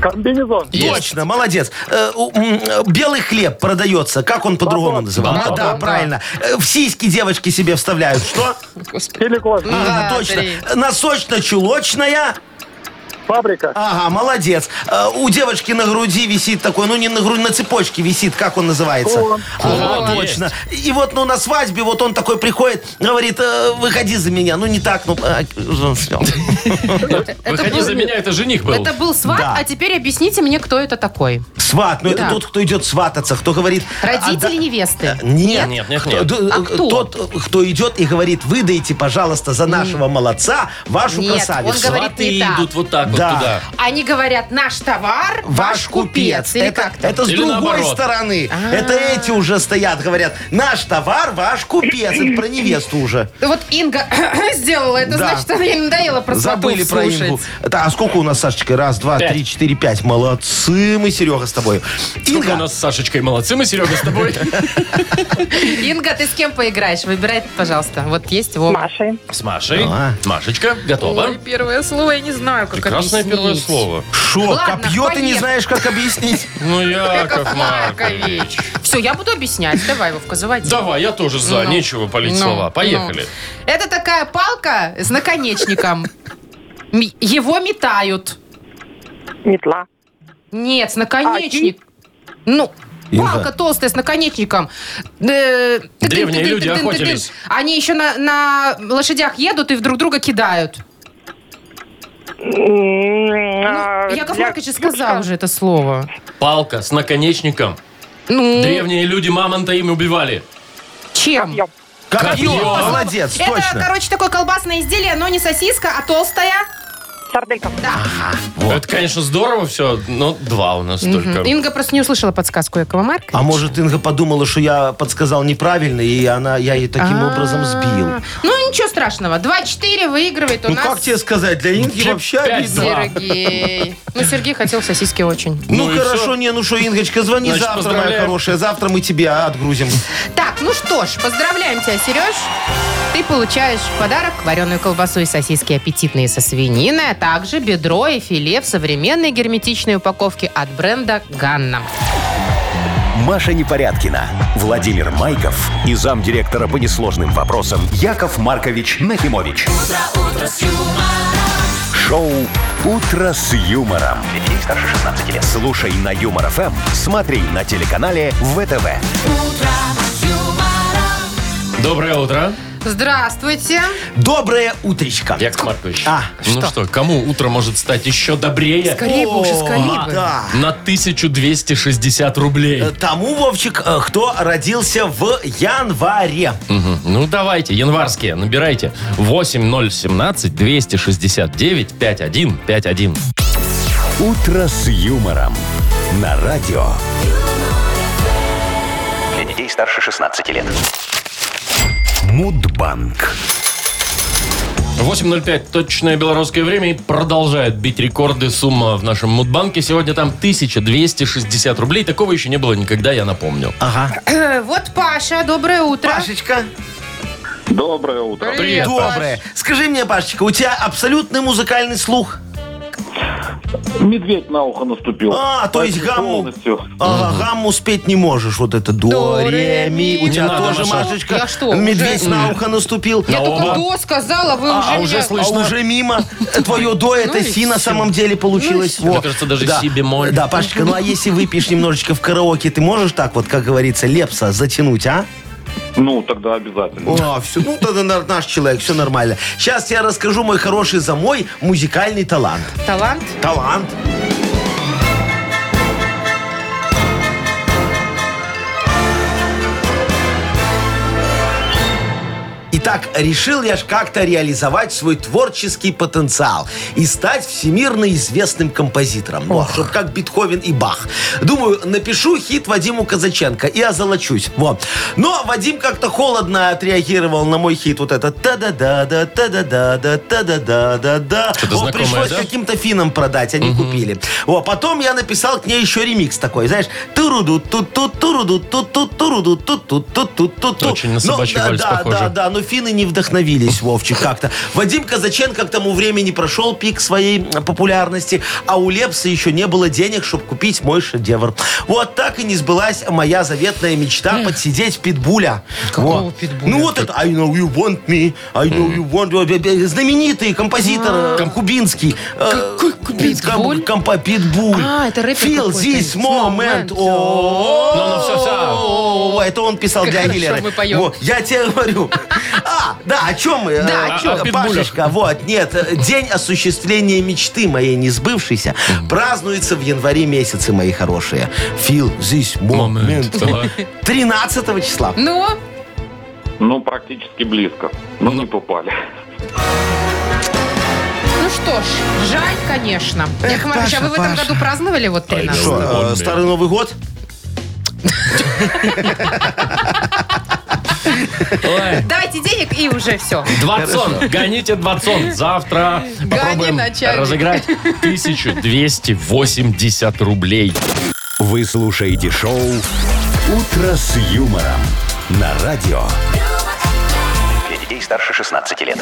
Speaker 6: комбинезон,
Speaker 3: Точно, молодец. Э, у- м, э, Белый хлеб продается. Как он по-другому называется?
Speaker 4: Батон,
Speaker 3: Да,
Speaker 2: да.
Speaker 3: правильно. Э, В сиськи девочки себе вставляют. Что?
Speaker 2: Господи.
Speaker 6: силикон,
Speaker 4: А.
Speaker 3: Ага, точно.
Speaker 2: три.
Speaker 3: Носочно-чулочная.
Speaker 4: А.
Speaker 6: фабрика,
Speaker 3: Ага, молодец. Э, У девочки на груди висит такой, ну не на груди, на цепочке висит, как он называется.
Speaker 6: Кулон.
Speaker 3: Ага,
Speaker 4: Кулон
Speaker 3: точно. И вот, ну, на свадьбе вот он такой приходит, говорит, «Э, выходи за меня. Ну, не так, ну, э, всё.
Speaker 4: Выходи за меня, это жених был.
Speaker 2: Это был сват,
Speaker 3: Да.
Speaker 2: а теперь объясните мне, кто это такой.
Speaker 3: Сват, ну
Speaker 2: Да.
Speaker 3: это тот, кто идет свататься, кто говорит...
Speaker 2: Родители
Speaker 3: «Отда-
Speaker 2: невесты.
Speaker 3: Нет,
Speaker 4: Нет, нет,
Speaker 3: Кто-
Speaker 4: нет.
Speaker 3: д- э,
Speaker 2: А кто?
Speaker 3: Тот, кто идет и говорит, выдайте, пожалуйста, за нашего молодца вашу
Speaker 2: Нет,
Speaker 3: красавицу.
Speaker 2: он говорит
Speaker 4: Сваты
Speaker 2: не так.
Speaker 4: идут вот так вот
Speaker 3: Да.
Speaker 4: туда.
Speaker 2: Они говорят, наш товар, ваш купец. Или А.
Speaker 3: это,
Speaker 2: как-то.
Speaker 3: это с
Speaker 4: Или
Speaker 3: другой
Speaker 4: наоборот.
Speaker 3: стороны. Это эти уже стоят, говорят, наш товар, ваш купец. Это про невесту уже.
Speaker 2: Да Вот Инга сделала это,
Speaker 3: Да.
Speaker 2: значит, она ей надоела про сватов
Speaker 3: Забыли про
Speaker 2: слушать.
Speaker 3: Ингу. Да, а сколько у нас, Сашечка? Раз, два,
Speaker 4: Пять.
Speaker 3: три, четыре, пять. Молодцы мы, Серега, с тобой.
Speaker 4: Сколько
Speaker 3: Инга,
Speaker 4: у нас с Сашечкой молодцы, мы, Серега, с тобой.
Speaker 2: Инга, ты с кем поиграешь? Выбирай, пожалуйста. Вот есть его.
Speaker 7: Машей.
Speaker 4: С Машей.
Speaker 3: Ага.
Speaker 4: Машечка, готова?
Speaker 2: Ой, первое слово, я не знаю, как
Speaker 4: Прекрасное
Speaker 2: объяснить.
Speaker 4: первое слово.
Speaker 3: шо,
Speaker 2: Ладно,
Speaker 3: копье ты не
Speaker 2: поехали.
Speaker 3: знаешь, как объяснить?
Speaker 4: Ну, Яков
Speaker 2: Яков
Speaker 4: Маркович.
Speaker 2: Маркович. Все, я буду объяснять. Давай, Вовка, заводи.
Speaker 4: Давай, я тоже за,
Speaker 2: Ну,
Speaker 4: нечего палить
Speaker 2: ну,
Speaker 4: слова. Поехали.
Speaker 2: ну. Это такая палка с наконечником. Ми- Его метают.
Speaker 7: Метла.
Speaker 2: Нет, с наконечник.
Speaker 3: А,
Speaker 2: Ну,
Speaker 3: Инга.
Speaker 2: палка толстая с наконечником. Э, тык-тык-тык-тык-тык-тык-тык.
Speaker 4: Древние люди охотились.
Speaker 2: Они еще на, на лошадях едут и друг друга кидают.
Speaker 7: Я
Speaker 2: Ну, Яков Маркович сказал уже это слово.
Speaker 4: Палка с наконечником.
Speaker 2: Ну,
Speaker 4: Древние люди мамонта им убивали.
Speaker 2: чем?
Speaker 7: Копье.
Speaker 3: Копье,
Speaker 4: Копье.
Speaker 3: молодец,
Speaker 2: Это,
Speaker 3: точно.
Speaker 2: короче, такое колбасное изделие, но не сосиска, а толстая.
Speaker 7: Сарделька.
Speaker 4: Это, конечно, здорово все, но два у нас
Speaker 2: Мгм.
Speaker 4: только.
Speaker 2: Инга просто не услышала подсказку Якова Марковича.
Speaker 3: А может, Инга подумала, что я подсказал неправильно, и она, я ее таким образом сбил.
Speaker 2: А, Ну, ничего страшного. 2-4 выигрывает у
Speaker 3: Ну,
Speaker 2: нас
Speaker 3: как тебе сказать, для Инги
Speaker 4: Вообще
Speaker 3: вообще
Speaker 4: пять
Speaker 3: обидно.
Speaker 4: два.
Speaker 2: Сергей. Ну, Сергей хотел сосиски очень.
Speaker 3: Ну,
Speaker 4: Ну и
Speaker 3: хорошо,
Speaker 4: всё.
Speaker 3: не, ну что, Ингочка, звони
Speaker 4: Значит,
Speaker 3: завтра, моя
Speaker 4: поздравляем.
Speaker 3: хорошая. Завтра мы тебя отгрузим.
Speaker 2: Так, ну что ж, поздравляем тебя, Сереж. Ты получаешь в подарок вареную колбасу и сосиски аппетитные со свининой, а также бедро и филе в современной герметичной упаковке от бренда «Ганна».
Speaker 1: Маша Непорядкина, Владимир Майков и замдиректора по несложным вопросам Яков Маркович Нахимович. Шоу Утро с юмором. Детей старше 16 лет. Слушай на юмор ФМ, смотри на телеканале ВТВ.
Speaker 4: Доброе утро,
Speaker 2: Здравствуйте.
Speaker 3: Доброе утречко.
Speaker 4: Яков Маркович.
Speaker 3: А,
Speaker 4: ну что? кому утро может стать еще добрее?
Speaker 2: Скорее бы уже, скорее бы.
Speaker 3: Да.
Speaker 4: На 1260 рублей.
Speaker 3: Э, Тому, Вовчик, э, кто родился в январе.
Speaker 4: Мгм. Ну, давайте, январские, набирайте. 8017-269-5151.
Speaker 1: Утро с юмором. На радио.
Speaker 5: Для детей старше 16 лет.
Speaker 1: Мудбанк.
Speaker 4: 8.05, точное белорусское время, и продолжает бить рекорды сумма в нашем Мудбанке. Сегодня там 1260 рублей. Такого еще не было никогда, я напомню.
Speaker 3: Ага.
Speaker 2: Вот Паша, доброе утро.
Speaker 3: Пашечка,
Speaker 6: Доброе утро.
Speaker 4: Привет,
Speaker 2: Паш.
Speaker 3: доброе. Скажи мне, Пашечка, у тебя абсолютный музыкальный слух?
Speaker 6: Медведь на ухо наступил.
Speaker 3: А, то есть
Speaker 6: Поэтому
Speaker 3: гамму.
Speaker 6: полностью.
Speaker 3: Ага, гамму спеть не можешь. Вот это до, ре, ми. У
Speaker 2: Не
Speaker 3: тебя
Speaker 4: надо,
Speaker 3: тоже,
Speaker 4: Маша.
Speaker 3: Машечка,
Speaker 2: Я что,
Speaker 3: медведь
Speaker 2: уже?
Speaker 3: на ухо наступил.
Speaker 2: Я
Speaker 4: На
Speaker 2: только
Speaker 4: оба.
Speaker 2: до сказала, вы уже
Speaker 4: а уже
Speaker 2: меня-
Speaker 4: слышно. Слышно.
Speaker 3: А уже мимо. Твое до это
Speaker 2: Ну и
Speaker 3: си на
Speaker 2: всё.
Speaker 3: самом деле получилось.
Speaker 4: Ну и всё.
Speaker 3: Во.
Speaker 4: Мне кажется, даже си бемоль.
Speaker 3: Да, Пашечка, ну а если выпьешь немножечко в караоке, ты можешь так вот, как говорится, лепса затянуть, а?
Speaker 6: Ну, тогда обязательно.
Speaker 3: О, все, ну тогда на- наш человек, все нормально. Сейчас я расскажу, мой хороший, за мой музыкальный талант.
Speaker 2: Талант.
Speaker 3: Талант. Итак, решил я ж как-то реализовать свой творческий потенциал и стать всемирно известным композитором. Ну, чтоб как Бетховен и Бах. Думаю, напишу хит Вадиму Казаченко и озолочусь. Вот. Но Вадим как-то холодно отреагировал на мой хит. Вот это та-да-да-да, та-да-да-да, та-да-да-да-да.
Speaker 4: Что-то
Speaker 3: Вот
Speaker 4: знакомое,
Speaker 3: пришлось
Speaker 4: да?
Speaker 3: каким-то финам продать, они купили. О, потом я написал к ней еще ремикс такой, знаешь, туруду тут тут туруду тут тут туруду тут тут тут тут тут тут.
Speaker 4: Очень на собачий
Speaker 3: да,
Speaker 4: вальс
Speaker 3: Ну, да,
Speaker 4: похоже.
Speaker 3: Да, да, но финны не вдохновились, Вовчик, как-то. Вадим Казаченко к тому времени прошел пик своей м, популярности, а у Лепса еще не было денег, чтобы купить мой шедевр. Вот так и не сбылась моя заветная мечта подсидеть питбуля.
Speaker 2: Какого
Speaker 3: Во.
Speaker 2: питбуля?
Speaker 3: Ну вот это I know you want me, I know you want me. э, Знаменитый композитор э, кубинский. Э,
Speaker 2: А. Какой кубинский?
Speaker 3: ком-
Speaker 2: Питбуль?
Speaker 3: компо- Питбуль.
Speaker 2: А, это рэпер
Speaker 3: Feel
Speaker 2: какой-то.
Speaker 3: this moment.
Speaker 2: Moment.
Speaker 3: О,
Speaker 4: Ну, ну, всё, всё.
Speaker 3: о, Это он писал
Speaker 2: Как
Speaker 3: для
Speaker 2: хорошо
Speaker 3: Агилеры.
Speaker 2: мы поем.
Speaker 3: Во, я тебе говорю. А, да, о чем мы?
Speaker 2: Да,
Speaker 3: Э,
Speaker 4: о чём? О питбулях.
Speaker 3: Пашечка, вот, нет, э, день осуществления мечты моей несбывшейся празднуется в январе месяце, мои хорошие. Feel this moment.
Speaker 4: Момент. Ага.
Speaker 3: 13 числа.
Speaker 2: Ну,
Speaker 6: Ну, практически близко. Но не попали.
Speaker 2: ну что ж, жаль, конечно. Яков Маркович, а вы в
Speaker 3: Паша,
Speaker 2: этом
Speaker 3: Паша.
Speaker 2: году праздновали вот 13?
Speaker 4: да.
Speaker 3: Что, э, Старый Новый год?
Speaker 4: Ой.
Speaker 2: Дайте денег и уже все.
Speaker 4: Двадцон, гоните двадцон. Завтра попробуем
Speaker 2: начальник.
Speaker 4: разыграть 1280 рублей.
Speaker 1: Вы слушаете шоу «Утро с юмором» на радио.
Speaker 5: Для детей старше 16 лет.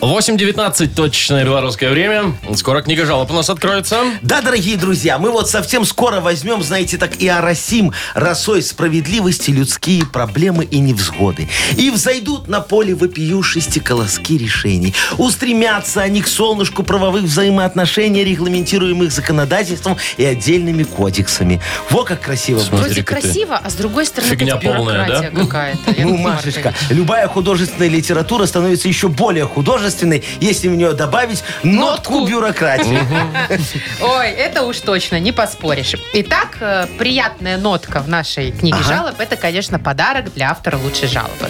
Speaker 4: 8.19 точное белорусское время. Скоро книга жалоб у нас откроется.
Speaker 3: Да, дорогие друзья, мы вот совсем скоро возьмем, знаете, так и оросим росой справедливости людские проблемы и невзгоды. И взойдут на поле вопиюшисти колоски решений. Устремятся они к солнышку правовых взаимоотношений, регламентируемых законодательством и отдельными кодексами. Во как красиво будет.
Speaker 4: Смотри,
Speaker 2: Вроде
Speaker 4: как ты.
Speaker 2: красиво, а с другой стороны
Speaker 4: Фигня
Speaker 2: опять бюрократия
Speaker 4: полная, да?
Speaker 2: какая-то. Яков
Speaker 3: Ну,
Speaker 2: Маркович.
Speaker 3: Машечка, любая художественная литература становится еще более художественной, если в нее добавить нотку
Speaker 2: Нотку.
Speaker 3: бюрократии.
Speaker 2: Ой, это уж точно, не поспоришь. Итак, э, приятная нотка в нашей книге
Speaker 3: Ага.
Speaker 2: жалоб – это, конечно, подарок для автора лучшей жалобы.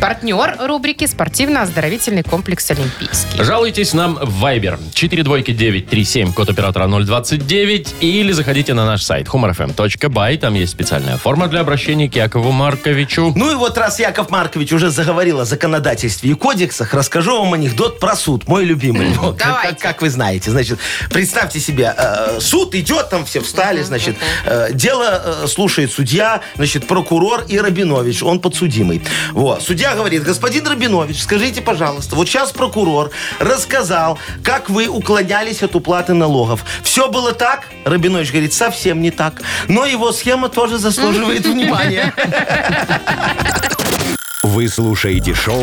Speaker 2: Партнер рубрики «Спортивно-оздоровительный комплекс Олимпийский».
Speaker 4: Жалуйтесь нам в Viber 42937, код оператора 029, или заходите на наш сайт humorfm.by, там есть специальная форма для обращения к Якову Марковичу.
Speaker 3: Ну и вот раз Яков Маркович уже заговорил о законодательстве и кодексах, расскажу вам анекдот про суд, мой любимый. Ну, Как,
Speaker 2: Давайте.
Speaker 3: как- как вы знаете, значит, представьте себе, э, суд идет, там все встали, значит, э, дело э, слушает судья, значит, прокурор и Рабинович, он подсудимый. Вот. Судья говорит, господин Рабинович, скажите, пожалуйста, вот сейчас прокурор рассказал, как вы уклонялись от уплаты налогов. Все было так? Рабинович говорит, совсем не так. Но его схема тоже заслуживает внимания.
Speaker 1: Вы слушаете шоу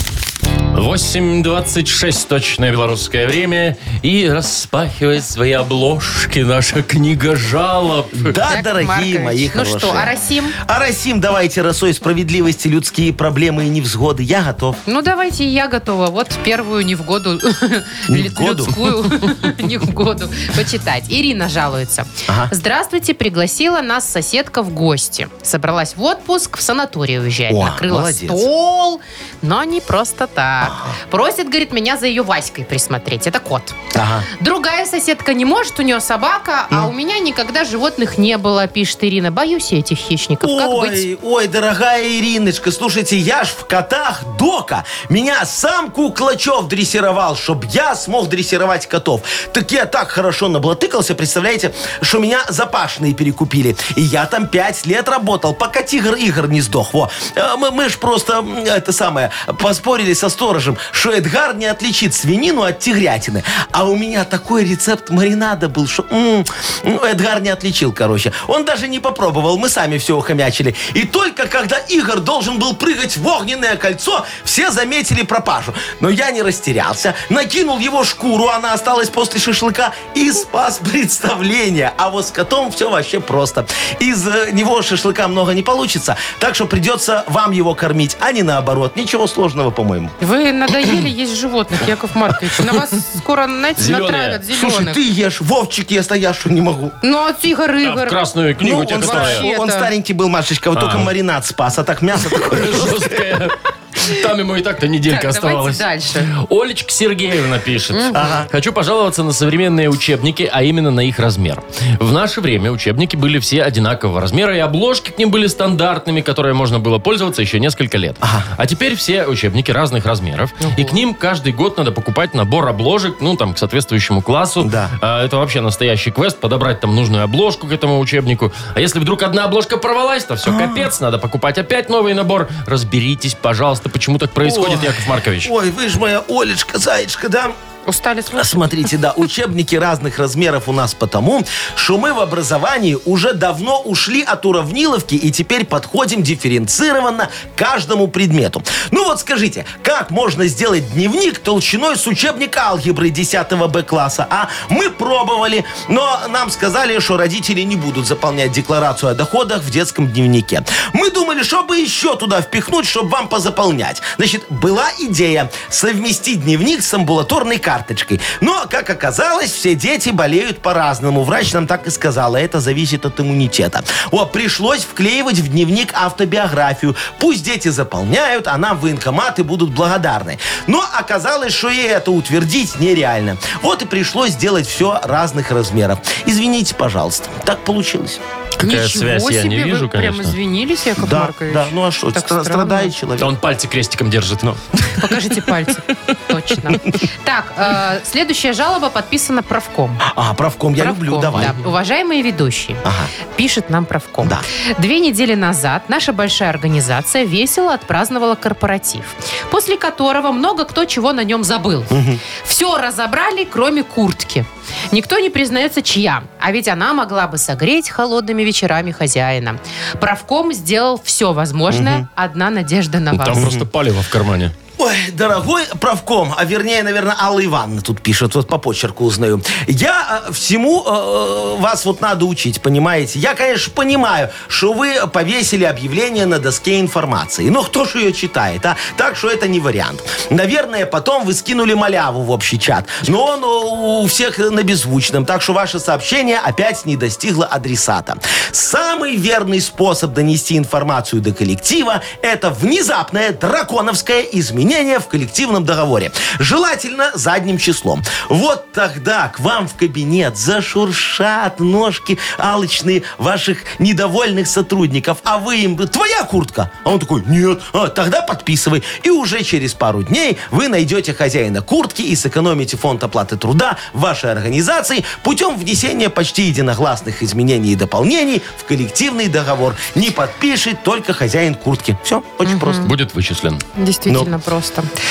Speaker 4: 8.26 точное белорусское время. И распахивает свои обложки наша книга жалоб.
Speaker 3: Да,
Speaker 2: Яков
Speaker 3: дорогие
Speaker 2: Маркович,
Speaker 3: мои
Speaker 2: Ну
Speaker 3: хорошие.
Speaker 2: что, Арасим?
Speaker 3: Арасим, давайте росой справедливости, людские проблемы и невзгоды. Я готов.
Speaker 2: Ну, давайте и я готова. Вот первую не в году,
Speaker 3: Не в году?
Speaker 2: людскую не в году почитать. Ирина жалуется.
Speaker 3: Ага.
Speaker 2: Здравствуйте, пригласила нас соседка в гости. Собралась в отпуск, в санаторий уезжает.
Speaker 3: О,
Speaker 2: Накрыла
Speaker 3: молодец.
Speaker 2: стол, но не просто так. так. Просит, говорит, меня за ее Васькой присмотреть. Это кот.
Speaker 3: Ага.
Speaker 2: Другая соседка не может, у нее собака,
Speaker 3: Ну.
Speaker 2: а у меня никогда животных не было, пишет Ирина. Боюсь я этих хищников. Как быть?
Speaker 3: Ой, ой, дорогая Ириночка, слушайте, я ж в котах дока. Меня сам Куклачев дрессировал, чтоб я смог дрессировать котов. Так я так хорошо наблатыкался, представляете, что меня запашные перекупили. И я там пять лет работал, пока тигр игр не сдох. Во. Э, Мы, мы ж просто, м, это самое, поспорили со сторожем, что Эдгар не отличит свинину от тигрятины. А у меня такой рецепт маринада был, что м, ну, Эдгар не отличил, короче. Он даже не попробовал, мы сами все ухомячили. И только когда Игорь должен был прыгать в огненное кольцо, все заметили пропажу. Но я не растерялся, накинул его шкуру, она осталась после шашлыка, и спас представление. А вот с котом все вообще просто. Из э, него шашлыка много не получится, так что придется вам его кормить, а не наоборот. Ничего сложного, по-моему.
Speaker 2: Вы надоели есть животных, Яков Маркович. На вас скоро, знаете,
Speaker 4: Зеленые.
Speaker 2: натравят
Speaker 3: Слушай,
Speaker 2: зеленых.
Speaker 3: ты ешь, Вовчик ест, а я что не могу.
Speaker 2: Ну, а тигр,
Speaker 4: А в
Speaker 2: Игорь.
Speaker 4: красную книгу
Speaker 3: Ну,
Speaker 4: тебе
Speaker 3: он,
Speaker 4: которая
Speaker 2: вообще-
Speaker 3: стар- он
Speaker 2: это-
Speaker 3: старенький был, Машечка, вот только маринад спас, а так мясо такое.
Speaker 4: жесткая. Там ему и так-то неделька
Speaker 2: Так,
Speaker 4: оставалась.
Speaker 2: давайте дальше.
Speaker 4: Олечка Сергеевна пишет. Хочу пожаловаться на современные учебники, а именно на их размер. В наше время учебники были все одинакового размера, и обложки к ним были стандартными, которые можно было пользоваться еще несколько лет. А теперь все учебники разных размеров, и к ним каждый год надо покупать набор обложек, ну, там, к соответствующему классу.
Speaker 3: Да.
Speaker 4: А, Это вообще настоящий квест, подобрать там нужную обложку к этому учебнику. А если вдруг одна обложка порвалась, то все, капец, надо покупать опять новый набор. Разберитесь, пожалуйста, почему так происходит,
Speaker 3: Ой.
Speaker 4: Яков Маркович.
Speaker 3: Ой, вы ж моя Олечка, Заечка, да?
Speaker 2: Устали слушать?
Speaker 3: Смотрите, да, учебники разных размеров у нас потому, что мы в образовании уже давно ушли от уравниловки и теперь подходим дифференцированно к каждому предмету. Ну вот скажите, как можно сделать дневник толщиной с учебника алгебры 10 Б класса? А мы пробовали, но нам сказали, что родители не будут заполнять декларацию о доходах в детском дневнике. Мы думали, что бы еще туда впихнуть, чтобы вам позаполнять. Значит, была идея совместить дневник с амбулаторной карточкой. Но, как оказалось, все дети болеют по-разному. Врач нам так и сказала, это зависит от иммунитета. О, пришлось вклеивать в дневник автобиографию. Пусть дети заполняют, а нам военкоматы будут благодарны. Но оказалось, что и это утвердить нереально. Вот и пришлось делать все разных размеров. Извините, пожалуйста, так получилось.
Speaker 4: Какая
Speaker 2: Ничего
Speaker 4: связь, я не
Speaker 2: себе,
Speaker 4: вижу,
Speaker 2: вы прям
Speaker 4: конечно.
Speaker 2: извинились, Яков
Speaker 3: да,
Speaker 2: Маркович.
Speaker 3: да, ну а что,
Speaker 2: Так
Speaker 3: стра-
Speaker 2: странно.
Speaker 3: страдает человек.
Speaker 4: Да он пальцы крестиком держит. ну,
Speaker 2: Покажите пальцы. Точно. Так, э, следующая жалоба подписана правком.
Speaker 3: А, правком я
Speaker 2: Правком,
Speaker 3: люблю, давай.
Speaker 2: да. Уважаемые ведущие,
Speaker 3: Ага.
Speaker 2: пишет нам правком.
Speaker 3: Да.
Speaker 2: Две недели назад наша большая организация весело отпраздновала корпоратив, после которого много кто чего на нем забыл. Все разобрали, кроме куртки. Никто не признается, чья. А ведь она могла бы согреть холодными вечерами хозяина. Правком сделал все возможное. Одна надежда на вас.
Speaker 4: Ну, Там просто палево в кармане.
Speaker 3: Ой, дорогой правком, а вернее, наверное, Алла Ивановна тут пишет, вот по почерку узнаю. Я э, всему э, вас вот надо учить, понимаете? Я, конечно, понимаю, что вы повесили объявление на доске информации, но кто ж ее читает, а? Так что это не вариант. Наверное, потом вы скинули маляву в общий чат, но он э, у всех на беззвучном, так что ваше сообщение опять не достигло адресата. Самый верный способ донести информацию до коллектива – это внезапное драконовское изменение в коллективном договоре. Желательно задним числом. Вот тогда к вам в кабинет зашуршат ножки алочные ваших недовольных сотрудников, а вы им «Твоя куртка!» А он такой «Нет, а, тогда подписывай». И уже через пару дней вы найдете хозяина куртки и сэкономите фонд оплаты труда вашей организации путем внесения почти единогласных изменений и дополнений в коллективный договор. Не подпишет только хозяин куртки. Все, очень просто.
Speaker 4: Будет вычислен. Ну.
Speaker 2: Действительно просто.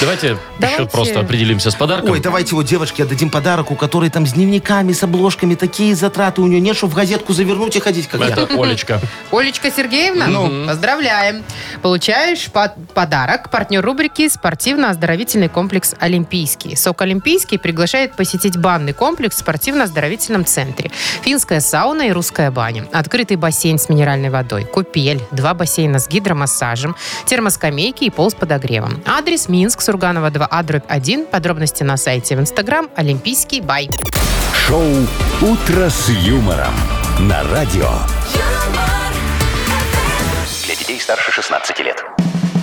Speaker 4: Давайте,
Speaker 2: Давайте.
Speaker 4: еще просто определимся с подарком.
Speaker 3: Ой, давайте вот девочке отдадим подарок, у которой там с дневниками, с обложками такие затраты у нее нет, чтобы в газетку завернуть и ходить, как
Speaker 4: Это
Speaker 3: я.
Speaker 4: Олечка.
Speaker 2: Олечка Сергеевна, поздравляем. Получаешь по- подарок партнер рубрики «Спортивно-оздоровительный комплекс Олимпийский». СОК «Олимпийский» приглашает посетить банный комплекс в спортивно-оздоровительном центре. Финская сауна и русская баня. Открытый бассейн с минеральной водой. Купель. Два бассейна с гидромассажем. Термоскамейки и пол с подогревом. Адрес Минск, Сурганова 2, А, дробь 1. Подробности на сайте в Инстаграм «Олимпийский бай».
Speaker 1: Шоу «Утро с юмором» на радио.
Speaker 5: Для детей старше 16 лет.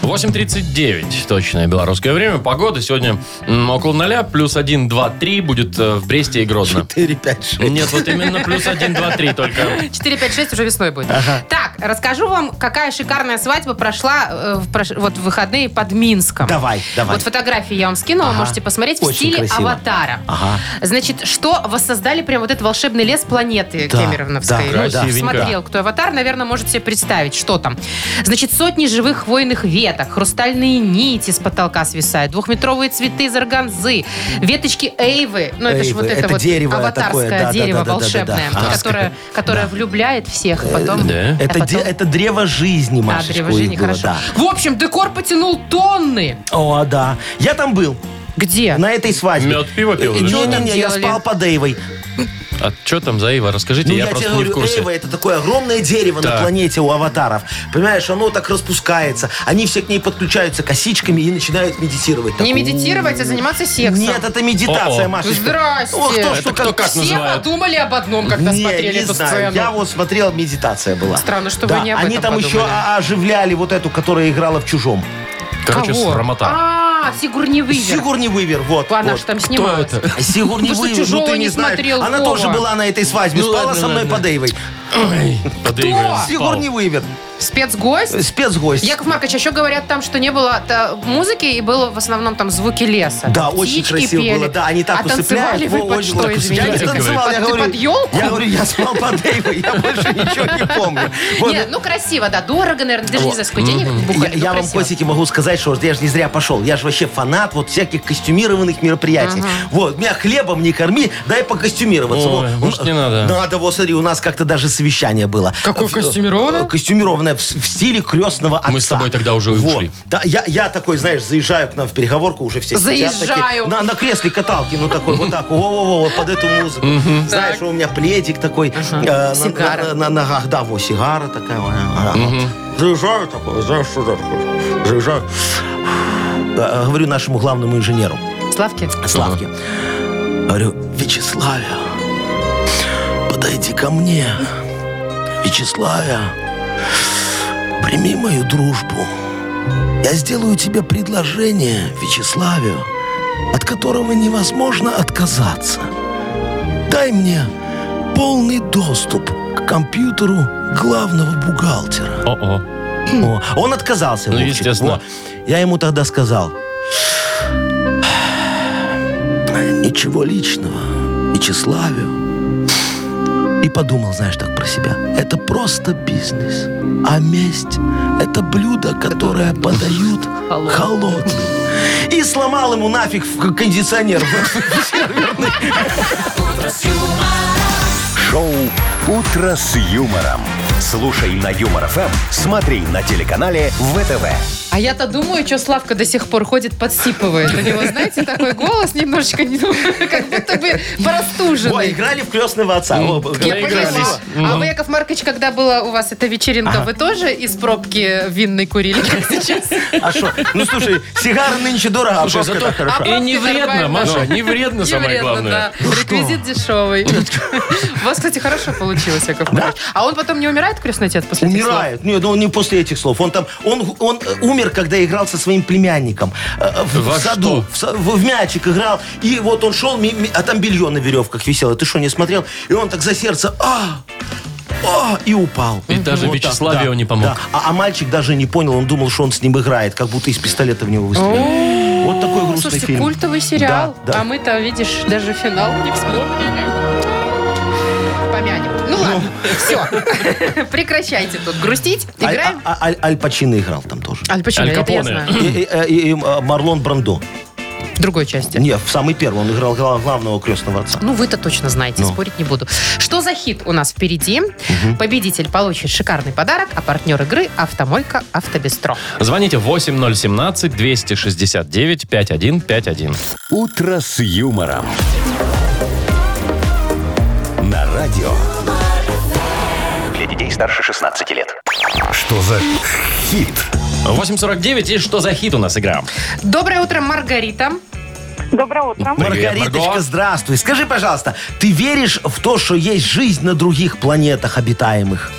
Speaker 4: 8.39, точное белорусское время. Погода сегодня м, около ноля, плюс 1, 2, 3 будет э, в Бресте и Гродно.
Speaker 3: 4, 5, 6.
Speaker 4: Нет, вот именно плюс 1, 2, 3 только.
Speaker 2: 4, 5, 6 уже весной будет. Так, расскажу вам, какая шикарная свадьба прошла э, в прош- вот в выходные под Минском.
Speaker 3: Давай, давай.
Speaker 2: Вот фотографии я вам скинула,
Speaker 3: Ага.
Speaker 2: можете посмотреть в
Speaker 3: Очень
Speaker 2: стиле
Speaker 3: красиво.
Speaker 2: аватара.
Speaker 3: Ага.
Speaker 2: Значит, что воссоздали прям вот этот волшебный лес планеты
Speaker 3: Да,
Speaker 2: Кемеровновской.
Speaker 3: да,
Speaker 2: Ну,
Speaker 4: красивенько.
Speaker 2: Смотрел, кто аватар, наверное, может себе представить, что там. Значит, сотни живых хвойных веток, хрустальные нити с потолка свисают, двухметровые цветы из органзы, веточки эйвы. Ну, это же
Speaker 3: Эйвы,
Speaker 2: вот это,
Speaker 3: это
Speaker 2: вот
Speaker 3: дерево
Speaker 2: аватарское
Speaker 3: такое, да, да,
Speaker 2: дерево
Speaker 3: да, да, да,
Speaker 2: волшебное,
Speaker 3: да.
Speaker 2: которое, которое влюбляет всех потом.
Speaker 4: да.
Speaker 2: а
Speaker 3: Это, де-
Speaker 2: потом-
Speaker 3: это древо жизни,
Speaker 2: А,
Speaker 3: Машечка,
Speaker 2: древо
Speaker 3: у
Speaker 2: жизни,
Speaker 3: них было,
Speaker 2: хорошо.
Speaker 3: да.
Speaker 2: В общем, декор потянул тонны.
Speaker 3: О, да. Я там был,
Speaker 2: Где?
Speaker 3: на этой свадьбе.
Speaker 4: Мед, пиво пил, или
Speaker 2: что?
Speaker 3: Не-не-не, я
Speaker 2: Делали.
Speaker 3: спал под Эйвой.
Speaker 4: А что там за Ива? Расскажите,
Speaker 3: Ну,
Speaker 4: я,
Speaker 3: я, тебе
Speaker 4: просто не
Speaker 3: говорю,
Speaker 4: в курсе.
Speaker 3: Эйва это такое огромное дерево
Speaker 4: Так.
Speaker 3: на планете у аватаров. Понимаешь, оно так распускается. Они все к ней подключаются косичками и начинают медитировать. Так,
Speaker 2: Не медитировать, а заниматься сексом.
Speaker 3: Нет, это медитация,
Speaker 4: О-о.
Speaker 3: Маша.
Speaker 2: Здрасте.
Speaker 3: Ох, кто, что,
Speaker 4: Это кто как
Speaker 2: Все
Speaker 4: называют?
Speaker 2: подумали об одном, когда
Speaker 3: не,
Speaker 2: смотрели
Speaker 3: не
Speaker 2: эту
Speaker 3: знаю.
Speaker 2: сцену.
Speaker 3: Я вот смотрел, медитация была.
Speaker 2: Странно, что вы
Speaker 3: да.
Speaker 2: не об
Speaker 3: Они
Speaker 2: этом
Speaker 3: там еще
Speaker 2: подумали.
Speaker 3: о- оживляли вот эту, которая играла в чужом.
Speaker 4: Короче,
Speaker 2: Кого?
Speaker 4: срамота.
Speaker 2: А, Сигурни Вивер.
Speaker 3: Сигурни Вивер, вот.
Speaker 2: Она
Speaker 3: вот.
Speaker 2: же там снималась.
Speaker 4: это?
Speaker 3: Сигурни
Speaker 2: Ты что,
Speaker 3: Уивер,
Speaker 2: «Чужого»
Speaker 3: ну ты
Speaker 2: не
Speaker 3: не знаешь.
Speaker 2: смотрел,
Speaker 3: Она
Speaker 2: Вова?
Speaker 3: тоже была на этой свадьбе,
Speaker 4: Ну,
Speaker 3: спала
Speaker 4: ладно,
Speaker 3: со мной
Speaker 4: ладно.
Speaker 3: под Эйвой.
Speaker 4: Под Эйвой он спал.
Speaker 3: Сигурни Уивер,
Speaker 2: Спецгость?
Speaker 3: спецгость.
Speaker 2: Яков Маркович, еще говорят там, что не было та, музыки и было в основном там звуки леса.
Speaker 3: Да,
Speaker 2: Птички
Speaker 3: очень красиво
Speaker 2: пели.
Speaker 3: было. Да, они так
Speaker 2: а
Speaker 3: усыпляют.
Speaker 2: танцевали вы
Speaker 3: Во,
Speaker 2: под
Speaker 3: очень
Speaker 2: что,
Speaker 3: так
Speaker 2: извините?
Speaker 3: усыпляют. Я не танцевал, я
Speaker 2: Ты
Speaker 3: говорю.
Speaker 2: под елку?
Speaker 3: Я говорю, я спал под Эйвой, я больше ничего не помню. Вот.
Speaker 2: Нет, ну красиво, да. Дорого, наверное, даже не за сколько денег
Speaker 3: Я,
Speaker 2: бухали, но
Speaker 3: я вам,
Speaker 2: красиво.
Speaker 3: котики, могу сказать, что я же не зря пошел. Я же вообще фанат вот всяких костюмированных мероприятий. Вот, меня хлебом не корми, дай покостюмироваться.
Speaker 4: Ой,
Speaker 3: Вот,
Speaker 4: может,
Speaker 3: ну,
Speaker 4: не надо.
Speaker 3: Надо, вот смотри, у нас как-то даже совещание было.
Speaker 4: Какое
Speaker 3: В-
Speaker 4: костюмированное?
Speaker 3: э, Костюмированное в, с- в стиле крестного отца.
Speaker 4: Мы с тобой тогда уже и
Speaker 3: Вот.
Speaker 4: ушли.
Speaker 3: Да, я, я такой, знаешь, заезжаю к нам в переговорку уже все сидят
Speaker 2: Заезжаю.
Speaker 3: такие, на, на кресле каталки, ну такой, вот так, во-во-во, вот под эту музыку. Знаешь, у меня пледик такой. э, на- на-
Speaker 2: Сигара.
Speaker 3: на- на ногах, да, вот сигара такая. вот, ага, вот. Заезжаю такой, знаешь, что такое? Заезжаю. Э, Говорю нашему главному инженеру
Speaker 2: Славки?
Speaker 3: Славке. Говорю, Вячеславе, подойди ко мне. Вячеславе, прими мою дружбу. Я сделаю тебе предложение, Вячеславе, от которого невозможно отказаться. Дай мне полный доступ к компьютеру главного бухгалтера.
Speaker 4: О-о.
Speaker 3: О, Он отказался.
Speaker 4: Ну,
Speaker 3: Вовчик.
Speaker 4: естественно.
Speaker 3: Во. Я ему тогда сказал. Ничего личного, Вячеславию. И подумал, знаешь, так про себя. Это просто бизнес. А месть – это блюдо, которое подают холодным. И сломал ему нафиг в- кондиционер.
Speaker 1: Шоу «Утро с юмором». Слушай на Юмор ФМ, смотри на телеканале ВТВ.
Speaker 2: А я-то думаю, что Славка до сих пор ходит, подсипывает. У него, знаете, такой голос немножечко, не знаю, как будто бы
Speaker 3: Ой,
Speaker 2: простуженный.
Speaker 3: играли в крестного отца. О,
Speaker 2: Я
Speaker 4: Наигрались.
Speaker 2: поняла. А вы, Яков Маркович, когда была у вас эта вечеринка, вы тоже из пробки винной курили, как сейчас?
Speaker 3: А что? Ну, слушай, сигары нынче дорого, а
Speaker 4: Слушай,
Speaker 3: пробка
Speaker 4: зато-
Speaker 3: так хорошо.
Speaker 4: И не
Speaker 2: Пробки
Speaker 4: вредно,
Speaker 2: нормально.
Speaker 4: Маша, не
Speaker 3: Ну,
Speaker 4: вредно,
Speaker 2: Не
Speaker 4: самое
Speaker 2: вредно,
Speaker 4: главное.
Speaker 2: да. Реквизит дешевый. У вас, кстати, хорошо получилось, Яков Маркович. А он потом не умирает, крестный отец, после этих слов?
Speaker 3: Умирает. Нет, ну он не после этих слов. Он там, он, он э, умер, когда играл со своим племянником. Э, В,
Speaker 4: Во
Speaker 3: в саду. В, са- в- в мячик играл. И вот он шел, ми- ми- а там белье на веревках висело. Ты что, не смотрел? И он так за сердце, а, а, и упал.
Speaker 4: И даже
Speaker 3: так,
Speaker 4: Вячеславию не помог.
Speaker 3: А, а мальчик даже не понял, он думал, что он с ним играет, как будто из пистолета в него выстрелил. Вот такой грустный
Speaker 2: Слушайте,
Speaker 3: фильм.
Speaker 2: культовый сериал.
Speaker 3: Да, да.
Speaker 2: А мы-то, видишь, даже финал не вспомнили. Помянем. Ну ладно, все. Прекращайте тут грустить.
Speaker 3: Аль-
Speaker 2: Играем.
Speaker 3: а- а- Аль, Аль Пачино играл там тоже.
Speaker 2: Аль Пачино,
Speaker 4: Аль
Speaker 2: это я
Speaker 4: Капоне.
Speaker 2: знаю.
Speaker 3: И, и- э, и, э, Марлон Брандо.
Speaker 2: В другой части.
Speaker 3: Не, в самый первый. Он играл гла- главного крестного отца.
Speaker 2: Ну, вы-то точно знаете,
Speaker 3: Ну.
Speaker 2: спорить не буду. Что за хит у нас впереди? Победитель получит шикарный подарок, а партнер игры – автомойка «Автобестро».
Speaker 4: Звоните 8017-269-5151.
Speaker 1: «Утро с юмором». На радио.
Speaker 5: Для детей старше 16 лет.
Speaker 1: Что за хит?
Speaker 4: 8.49, и что за хит у нас игра?
Speaker 2: Доброе утро, Маргарита.
Speaker 7: Доброе утро.
Speaker 4: Привет, Марго.
Speaker 3: Маргариточка, здравствуй. Скажи, пожалуйста, ты веришь в то, что есть жизнь на других планетах обитаемых?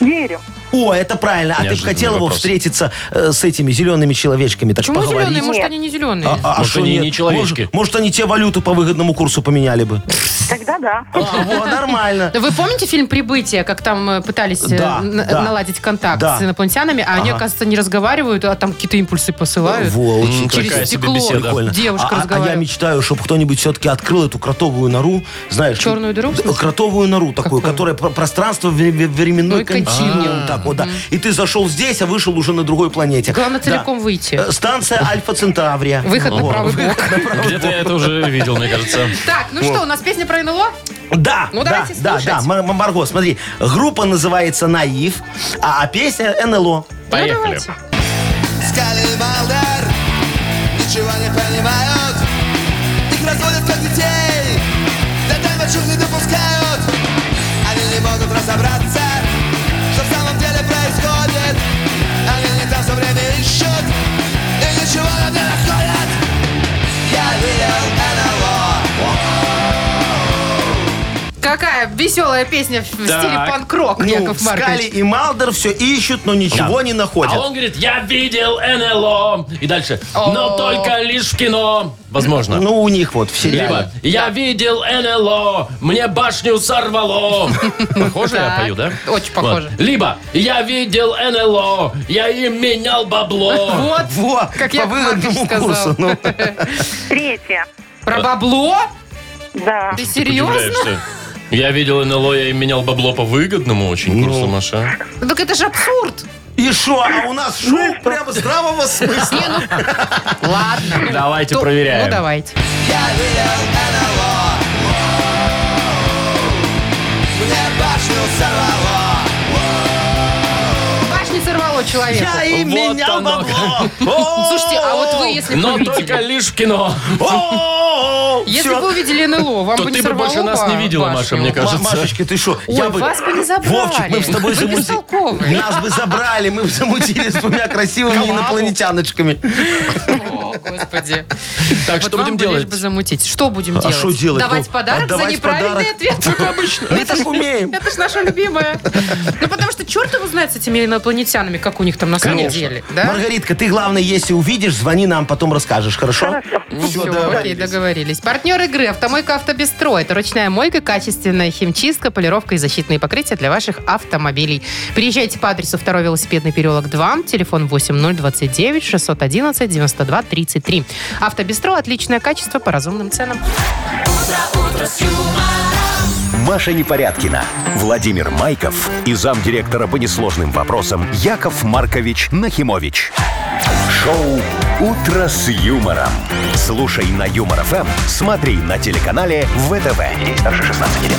Speaker 7: Верю.
Speaker 3: О, это правильно. А ты
Speaker 4: Неожиданный
Speaker 3: бы хотел его
Speaker 4: вопрос.
Speaker 3: встретиться э, с этими зелеными человечками, так
Speaker 2: Почему
Speaker 3: поговорить?
Speaker 2: зеленые? Может, они не зеленые?
Speaker 3: А- а
Speaker 4: Может,
Speaker 3: шо
Speaker 4: они
Speaker 3: нет?
Speaker 4: не человечки?
Speaker 3: Может, может, они тебе валюту по выгодному курсу поменяли бы.
Speaker 7: Тогда да.
Speaker 3: А, во, нормально.
Speaker 2: Да Вы помните фильм «Прибытие», как там э, пытались э,
Speaker 3: а. Да,
Speaker 2: на-
Speaker 3: да.
Speaker 2: наладить контакт
Speaker 3: Да.
Speaker 2: с инопланетянами, а они, оказывается, не разговаривают, а там какие-то импульсы посылают.
Speaker 3: Во, очень
Speaker 4: М,
Speaker 3: красиво.
Speaker 4: Такая
Speaker 2: Через
Speaker 4: себе
Speaker 2: стекло
Speaker 4: беседа.
Speaker 3: Прикольно.
Speaker 2: девушка
Speaker 3: А- а- а, я
Speaker 2: разговаривает.
Speaker 3: мечтаю, чтобы кто-нибудь все-таки открыл эту кротовую нору, знаешь?
Speaker 2: Черную дыру, в
Speaker 3: Да,
Speaker 2: смысле?
Speaker 3: Кротовую нору
Speaker 2: Какую?
Speaker 3: такую, которая про- пространство ве- ве- временной
Speaker 2: Ну, и континуум.
Speaker 3: континуум. Так вот, да. И ты зашел здесь, а вышел уже на другой планете.
Speaker 2: Главное,
Speaker 3: Да.
Speaker 2: целиком выйти.
Speaker 3: Э, Станция Альфа Центаврия.
Speaker 2: Выход на
Speaker 3: Во.
Speaker 2: правый бок.
Speaker 4: Где-то я это уже видел, мне кажется.
Speaker 2: Так, ну что, у нас песня про НЛО?
Speaker 3: Да,
Speaker 2: Ну,
Speaker 3: да,
Speaker 2: давайте
Speaker 3: да,
Speaker 2: слушать.
Speaker 3: да. Мар- Мар- Марго, смотри, группа называется Наив, а а песня НЛО.
Speaker 4: Поехали.
Speaker 2: давайте.
Speaker 9: Скали Малдер Ничего не понимают Их разводят как детей До дальночек не допускают Они не могут разобраться Что в самом деле происходит Они не там все время ищут И ничего не находят Я видел НЛО
Speaker 2: Какая веселая песня в стиле
Speaker 4: Так.
Speaker 2: панк-рок,
Speaker 3: Ну,
Speaker 2: Яков
Speaker 3: Скали
Speaker 2: Маркович.
Speaker 3: и Малдер все ищут, но ничего
Speaker 4: Да.
Speaker 3: не находят.
Speaker 4: А он говорит, я видел НЛО. И дальше, но только лишь в кино. Возможно.
Speaker 3: Ну, у них вот в сериале.
Speaker 4: Либо «Я видел НЛО, мне башню сорвало». Похоже я
Speaker 2: Так,
Speaker 4: пою, да?
Speaker 2: очень похоже.
Speaker 4: Вот. Либо «Я видел НЛО, я им менял бабло».
Speaker 2: Вот,
Speaker 3: Во,
Speaker 2: как
Speaker 3: по
Speaker 2: я
Speaker 3: выгодному
Speaker 2: сказал.
Speaker 3: курсу. ну.
Speaker 7: Третье.
Speaker 2: Про бабло?
Speaker 7: Да.
Speaker 4: Ты
Speaker 2: Ты серьезно?
Speaker 4: удивляешься. Я видел НЛО, я им менял бабло по выгодному очень курсу, Маша.
Speaker 2: Ну, Так это же абсурд.
Speaker 3: И шо, а у нас
Speaker 2: Ну,
Speaker 3: шоу прямо здравого смысла.
Speaker 2: Не, ну, ладно.
Speaker 4: Давайте
Speaker 2: То-
Speaker 4: проверяем.
Speaker 2: Ну, давайте.
Speaker 9: Я видел НЛО Мне башню сорвало
Speaker 2: Башни сорвало человека.
Speaker 3: Я и
Speaker 4: Вот
Speaker 3: менял
Speaker 4: оно
Speaker 3: бабло. О,
Speaker 2: Слушайте, а вот вы, если
Speaker 4: Но типа
Speaker 2: бы
Speaker 4: только
Speaker 2: увидели...
Speaker 4: лишь в кино.
Speaker 3: о, о,
Speaker 2: Если
Speaker 3: всё.
Speaker 2: бы увидели НЛО, вам
Speaker 4: То
Speaker 2: бы не
Speaker 4: ты бы больше
Speaker 2: сорвало
Speaker 4: нас не видела,
Speaker 2: башню?
Speaker 4: Маша, мне
Speaker 3: Ма-
Speaker 4: кажется.
Speaker 3: Машечка, ты что?
Speaker 2: Ой, вас бы не забрали.
Speaker 3: Вовчик, мы бы с тобой
Speaker 2: Вы
Speaker 3: замутили.
Speaker 2: бестолковые.
Speaker 3: Нас бы забрали, мы бы замутили с двумя красивыми инопланетяночками.
Speaker 2: О, Господи.
Speaker 4: Так,
Speaker 2: Вот
Speaker 4: что
Speaker 2: вам
Speaker 4: будем
Speaker 2: бы лишь
Speaker 4: делать?
Speaker 2: бы замутить. Что будем
Speaker 3: А
Speaker 2: делать?
Speaker 3: что делать?
Speaker 2: Давать
Speaker 3: Ну,
Speaker 2: подарок за
Speaker 3: отдавать
Speaker 2: неправильный
Speaker 3: подарок.
Speaker 2: ответ? Как обычно.
Speaker 3: Мы так умеем.
Speaker 2: Это ж наша любимая. Ну, потому что черт его знает с этими инопланетянами, как у них там на самом
Speaker 4: Конечно.
Speaker 2: деле. Да?
Speaker 3: Маргаритка, ты, главное, если увидишь, звони нам, потом расскажешь, хорошо?
Speaker 7: Хорошо.
Speaker 3: Всё,
Speaker 2: Ну, Всё, окей,
Speaker 3: договорились.
Speaker 2: договорились. Партнер игры «Автомойка Автобестро» — это ручная мойка, качественная химчистка, полировка и защитные покрытия для ваших автомобилей. Приезжайте по адресу 2 велосипедный переулок 2, телефон 8029 611 92 33. «Автобестро» — отличное качество по разумным ценам.
Speaker 1: Маша Непорядкина, Владимир Майков и замдиректора по несложным вопросам Яков Маркович Нахимович. Шоу «Утро с юмором». Слушай на Юмор ФМ, смотри на телеканале ВТВ. Ей старше 16 лет.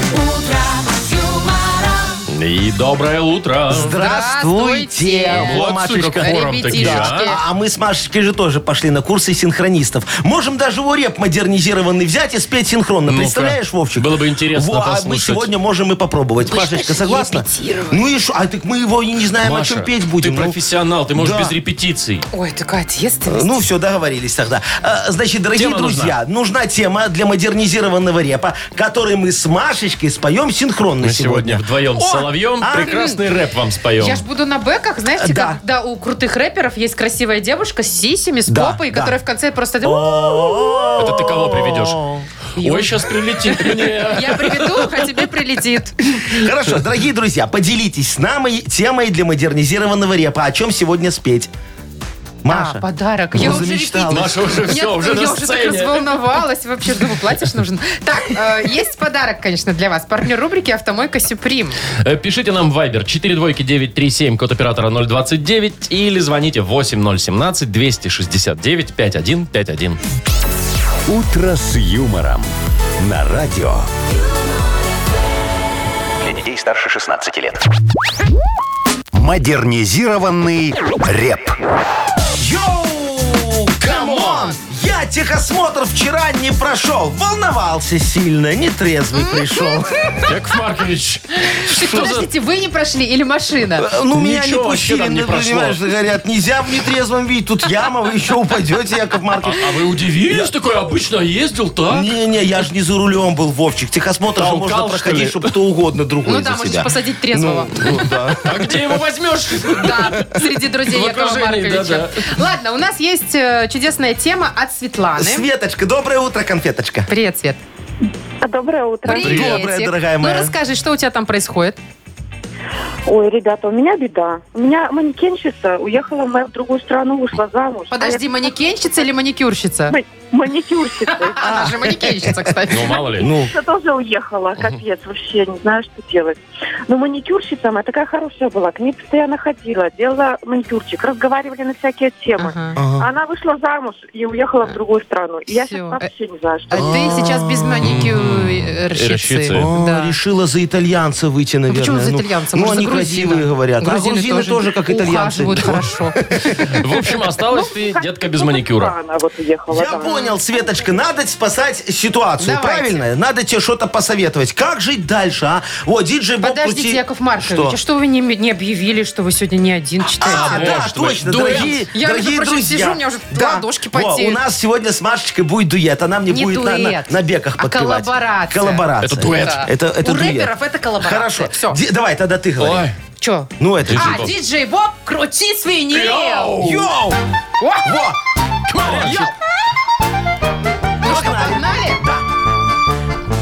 Speaker 4: И доброе утро.
Speaker 3: Здравствуйте.
Speaker 2: Здравствуйте.
Speaker 3: Во,
Speaker 4: Вот
Speaker 3: Машечка.
Speaker 4: сука, хором
Speaker 2: Ребятишки.
Speaker 4: таки, а?
Speaker 3: А, а мы с Машечкой же тоже пошли на курсы синхронистов. Можем даже его реп модернизированный взять и спеть синхронно.
Speaker 4: Ну-ка.
Speaker 3: Представляешь, Вовчик?
Speaker 4: Было бы интересно
Speaker 3: Во, а мы
Speaker 4: послушать.
Speaker 3: сегодня можем и попробовать. Машечка, согласна? Ну и шо? А так мы его и не знаем, о чем петь будем.
Speaker 4: ты
Speaker 3: Ну,
Speaker 4: профессионал, ты можешь
Speaker 3: да.
Speaker 4: без репетиций.
Speaker 2: Ой, такая ответственность.
Speaker 3: Ну все, договорились тогда. А, Значит, дорогие
Speaker 4: Тема нужна.
Speaker 3: друзья, нужна. тема для модернизированного репа, который мы с Машечкой споем синхронно
Speaker 4: Мы сегодня вдвоем с Соловьем
Speaker 3: О, а,
Speaker 4: прекрасный рэп вам споем.
Speaker 2: Я ж буду на бэках, знаете,
Speaker 3: Да.
Speaker 2: когда у крутых рэперов есть красивая девушка с сисями, с
Speaker 3: Да,
Speaker 2: попой,
Speaker 3: да.
Speaker 2: которая в конце просто...
Speaker 3: О,
Speaker 4: Это ты кого приведешь? Ой, сейчас прилетит мне.
Speaker 2: Я приведу, а тебе прилетит.
Speaker 3: Хорошо, дорогие друзья, поделитесь с нами темой для модернизированного репа. О чем сегодня спеть?
Speaker 2: А,
Speaker 3: Маша.
Speaker 2: подарок.
Speaker 3: Ну,
Speaker 2: я уже
Speaker 3: замечталась.
Speaker 4: Маша
Speaker 2: репетитор.
Speaker 4: уже
Speaker 2: Нет,
Speaker 4: все, уже
Speaker 2: я
Speaker 4: на
Speaker 2: уже так
Speaker 4: сцене.
Speaker 2: разволновалась. Вообще, думаю, платишь нужен. Так, э, есть подарок, конечно, для вас. Партнер рубрики «Автомойка Сюприм».
Speaker 4: Э, Пишите нам в Viber 42937, код оператора 029, или звоните 8017-269-5151.
Speaker 1: «Утро с юмором» на радио.
Speaker 5: Для детей старше 16 лет.
Speaker 1: Модернизированный реп.
Speaker 3: Йоу, камон! Я Я техосмотр вчера не прошел. Волновался сильно, нетрезвый пришел.
Speaker 4: Яков Маркович,
Speaker 2: Так,
Speaker 4: что за...
Speaker 2: Подождите, вы не прошли или машина?
Speaker 3: Э, Ну, меня не
Speaker 4: Ничего вообще
Speaker 3: пустили,
Speaker 4: там не
Speaker 3: ну, понимаешь,
Speaker 4: прошло.
Speaker 3: говорят, нельзя в нетрезвом виде, тут яма, вы еще упадете, Яков Маркович.
Speaker 4: А вы удивились? Такой обычно ездил так.
Speaker 3: Не-не, я же не за рулем был, Вовчик. Техосмотр же
Speaker 4: А, Толкал,
Speaker 3: можно
Speaker 4: что ли?
Speaker 3: проходить, чтобы кто угодно другой
Speaker 2: Ну да,
Speaker 3: за
Speaker 2: можете
Speaker 3: себя.
Speaker 2: посадить трезвого.
Speaker 3: Ну, да.
Speaker 4: А где его возьмешь?
Speaker 2: Да, среди друзей
Speaker 4: В
Speaker 2: Якова
Speaker 4: окружении,
Speaker 2: Марковича. Ладно, у нас есть э, чудесная тема от Светланы.
Speaker 3: Светочка, доброе утро, конфеточка.
Speaker 2: Привет, Свет.
Speaker 8: А, Доброе утро.
Speaker 2: Приветик.
Speaker 3: Доброе, дорогая моя.
Speaker 2: Ну расскажи, что у тебя там происходит?
Speaker 8: Ой, ребята, у меня беда. У меня манекенщица уехала моя в другую страну, вышла замуж.
Speaker 2: Подожди, манекенщица или маникюрщица? А.
Speaker 8: А я- Маникюрщица.
Speaker 2: Она же манекенщица, кстати.
Speaker 4: Ну, мало ли.
Speaker 3: Ну,
Speaker 8: Она тоже уехала, капец, вообще не знаю, что делать. Но маникюрщица моя такая хорошая была, к ней постоянно ходила, делала маникюрчик, разговаривали на всякие темы.
Speaker 2: Ага.
Speaker 3: ага.
Speaker 8: Она вышла замуж и уехала в другую страну. И я
Speaker 2: Всё.
Speaker 8: сейчас вообще не знаю, что
Speaker 2: А ты сейчас без
Speaker 4: Рщицы.
Speaker 2: маникюрщицы.
Speaker 3: О,
Speaker 2: Да.
Speaker 3: А,
Speaker 2: А
Speaker 3: решила за итальянца выйти, наверное.
Speaker 2: Почему за
Speaker 3: Ну,
Speaker 2: итальянца?
Speaker 3: Ну,
Speaker 2: Может, за
Speaker 3: они
Speaker 2: грузина?
Speaker 3: красивые говорят. А грузины тоже, как итальянцы.
Speaker 2: Ухаживают хорошо.
Speaker 4: В общем, осталась ты, детка, без маникюра.
Speaker 8: Она вот уехала.
Speaker 3: Я
Speaker 8: да.
Speaker 3: понял, Светочка, надо спасать ситуацию,
Speaker 2: Давайте.
Speaker 3: правильно? Надо тебе что-то посоветовать. Как жить дальше, а? Вот, диджей Боб
Speaker 2: Подождите,
Speaker 3: крути-
Speaker 2: Яков Маркович,
Speaker 3: Что?
Speaker 2: а что вы не, не объявили, что вы сегодня не один
Speaker 3: А,
Speaker 2: читаете?
Speaker 3: да,
Speaker 4: Может быть,
Speaker 3: точно,
Speaker 4: дуэт.
Speaker 3: дорогие,
Speaker 2: Я, между
Speaker 3: дорогие
Speaker 2: прочим,
Speaker 3: друзья.
Speaker 2: сижу, у меня уже ладошки потеют.
Speaker 3: Во, у нас сегодня с Машечкой будет дуэт, она мне
Speaker 2: Не
Speaker 3: будет на, на,
Speaker 2: дуэт,
Speaker 3: на беках
Speaker 2: а
Speaker 3: подпевать.
Speaker 2: коллаборация.
Speaker 3: Коллаборация.
Speaker 4: Это дуэт.
Speaker 2: Да.
Speaker 3: Это, это
Speaker 2: У
Speaker 3: дуэт.
Speaker 2: рэперов это коллаборация.
Speaker 3: Хорошо.
Speaker 2: Все.
Speaker 3: Ди- давай, тогда ты говори.
Speaker 4: Ой,
Speaker 2: Че?
Speaker 3: Ну, это
Speaker 4: Диджей
Speaker 3: же-
Speaker 2: А,
Speaker 4: Боб.
Speaker 2: диджей Боб, крути свинил!
Speaker 3: Йоу! Во!
Speaker 2: Ну что, погнали?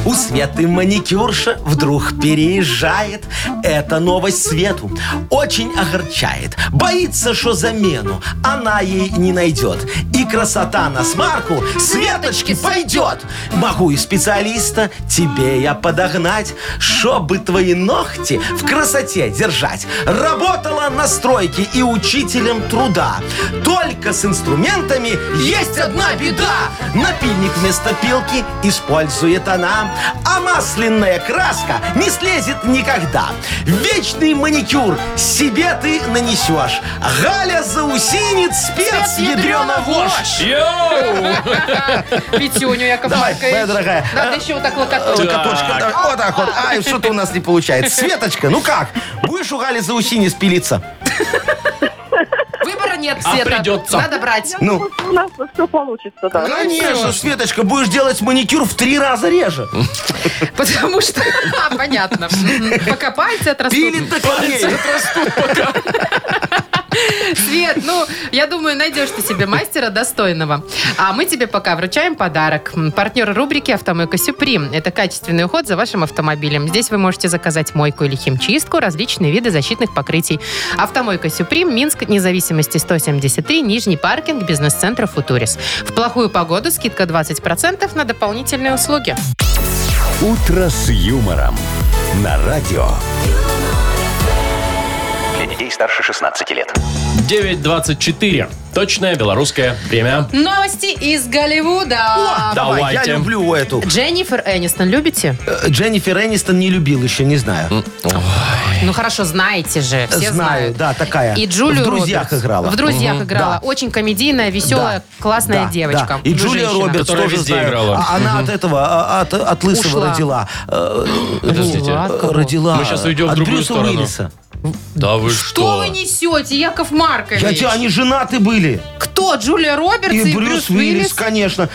Speaker 3: У Светы маникюрша вдруг переезжает. Эта новость Свету очень огорчает. Боится, что замену она ей не найдет. И красота на смарку Светочки пойдет. Могу и специалиста тебе я подогнать, чтобы твои ногти в красоте держать. Работала на стройке и учителем труда. Только с инструментами есть одна беда. Напильник вместо пилки использует она, а масляная краска не слезет никогда. Вечный маникюр себе ты нанесешь. Галя заусинит спец ядрена вошь.
Speaker 4: Йоу!
Speaker 2: Пятюню, Яков
Speaker 3: Давай,
Speaker 2: Маркович.
Speaker 3: моя дорогая.
Speaker 2: Надо еще вот так вот так.
Speaker 3: Ой, каточка, давай, вот так вот. Ай, что-то у нас не получается. Светочка, ну как? Будешь у Гали заусини спилиться?
Speaker 2: Выбора нет,
Speaker 4: А
Speaker 2: Света.
Speaker 4: придется.
Speaker 2: Надо брать.
Speaker 3: Ну,
Speaker 8: У нас все получится, да.
Speaker 3: конечно, Светочка, будешь делать маникюр в три раза реже.
Speaker 2: Потому что... А, Понятно. Мгм. Пока пальцы отрастут.
Speaker 3: Пилит до корней.
Speaker 2: Свет, ну, я думаю, найдешь ты себе мастера достойного. А мы тебе пока вручаем подарок. М, Партнер рубрики «Автомойка Сюприм». Это качественный уход за вашим автомобилем. Здесь вы можете заказать мойку или химчистку, различные виды защитных покрытий. «Автомойка Сюприм», Минск, независимости 173, Нижний паркинг, бизнес-центр «Футурис». В плохую погоду скидка 20% на дополнительные услуги.
Speaker 1: «Утро с юмором» на радио.
Speaker 5: Для детей старше 16 лет.
Speaker 4: 9.24. Точное белорусское время.
Speaker 2: Новости из Голливуда.
Speaker 3: Давай, я
Speaker 4: Давайте.
Speaker 3: люблю эту.
Speaker 2: Дженнифер Энистон любите?
Speaker 3: Э, Дженнифер Энистон не любил еще, не знаю.
Speaker 2: Ну хорошо, знаете же, все
Speaker 3: Знаю,
Speaker 2: знают.
Speaker 3: да, такая.
Speaker 2: И Джулию
Speaker 3: В «Друзьях»
Speaker 2: Робертс.
Speaker 3: играла.
Speaker 2: В друзьях
Speaker 3: Мгм,
Speaker 2: играла.
Speaker 3: да.
Speaker 2: Очень комедийная, веселая,
Speaker 3: Да,
Speaker 2: классная
Speaker 3: да,
Speaker 2: девочка.
Speaker 3: да. И
Speaker 2: Ну,
Speaker 3: Джулия
Speaker 2: женщина.
Speaker 3: Робертс
Speaker 4: Которая
Speaker 3: тоже
Speaker 4: везде
Speaker 3: знаю.
Speaker 4: играла.
Speaker 3: А Она от этого, а, от, от лысого
Speaker 2: Ушла.
Speaker 3: родила. э,
Speaker 4: Подождите.
Speaker 3: э,
Speaker 2: От кого?
Speaker 3: Родила.
Speaker 4: Мы сейчас уйдем в
Speaker 3: От
Speaker 4: другую
Speaker 3: Брюса
Speaker 4: сторону.
Speaker 3: Уиллиса.
Speaker 4: Да вы
Speaker 2: Что вы несете, Яков Маркович?
Speaker 3: Я тебе, они женаты были.
Speaker 2: Кто? Джулия Робертс и,
Speaker 3: И Брюс Уиллис, конечно.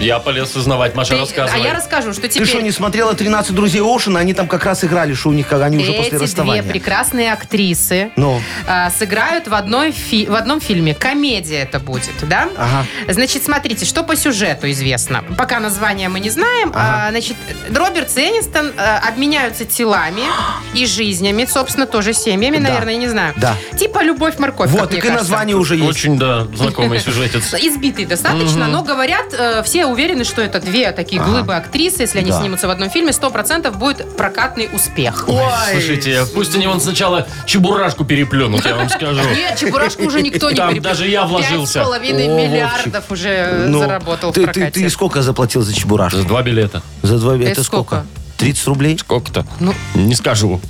Speaker 4: Я полез узнавать, Маша
Speaker 2: Ты- А
Speaker 4: рассказывает.
Speaker 2: я расскажу, что
Speaker 3: Ты
Speaker 2: теперь...
Speaker 3: что, не смотрела 13 друзей Оушена? Они там как раз играли, что у них как они уже после
Speaker 2: Эти две
Speaker 3: расставания.
Speaker 2: прекрасные актрисы
Speaker 3: Ну.
Speaker 2: а, сыграют в, одной фи- в одном фильме. Комедия это будет, да?
Speaker 3: Ага.
Speaker 2: Значит, смотрите, что по сюжету известно. Пока название мы не знаем. А, значит, Робертс и Энистон э, обменяются телами и жизнями, собственно, тоже семьями,
Speaker 3: Да.
Speaker 2: наверное, я не знаю.
Speaker 3: Да.
Speaker 2: Типа «Любовь-морковь»,
Speaker 3: Вот,
Speaker 2: как мне
Speaker 3: так и
Speaker 2: кажется.
Speaker 3: название уже есть.
Speaker 4: Очень, да, знакомый сюжетец.
Speaker 2: Избитый достаточно, но говорят, э, все уверены, что это две такие глыбы актрисы. Если они
Speaker 3: Да.
Speaker 2: снимутся в одном фильме, 100% будет прокатный успех.
Speaker 3: Ой,
Speaker 4: Слушайте, пусть они вон сначала чебурашку переплюнут, я вам скажу.
Speaker 2: Нет, Чебурашку уже никто не
Speaker 4: Там
Speaker 2: перепрет-
Speaker 4: даже я вложился.
Speaker 2: Пять с половиной
Speaker 3: О,
Speaker 2: миллиардов уже э,
Speaker 3: ну,
Speaker 2: заработал в
Speaker 3: ты, ты,
Speaker 2: прокате.
Speaker 3: ты сколько заплатил за чебурашку?
Speaker 4: Два билета.
Speaker 3: За два...
Speaker 2: Это
Speaker 3: Это сколько?
Speaker 2: сколько?
Speaker 3: 30 рублей?
Speaker 4: Сколько-то?
Speaker 2: Ну.
Speaker 4: Не скажу.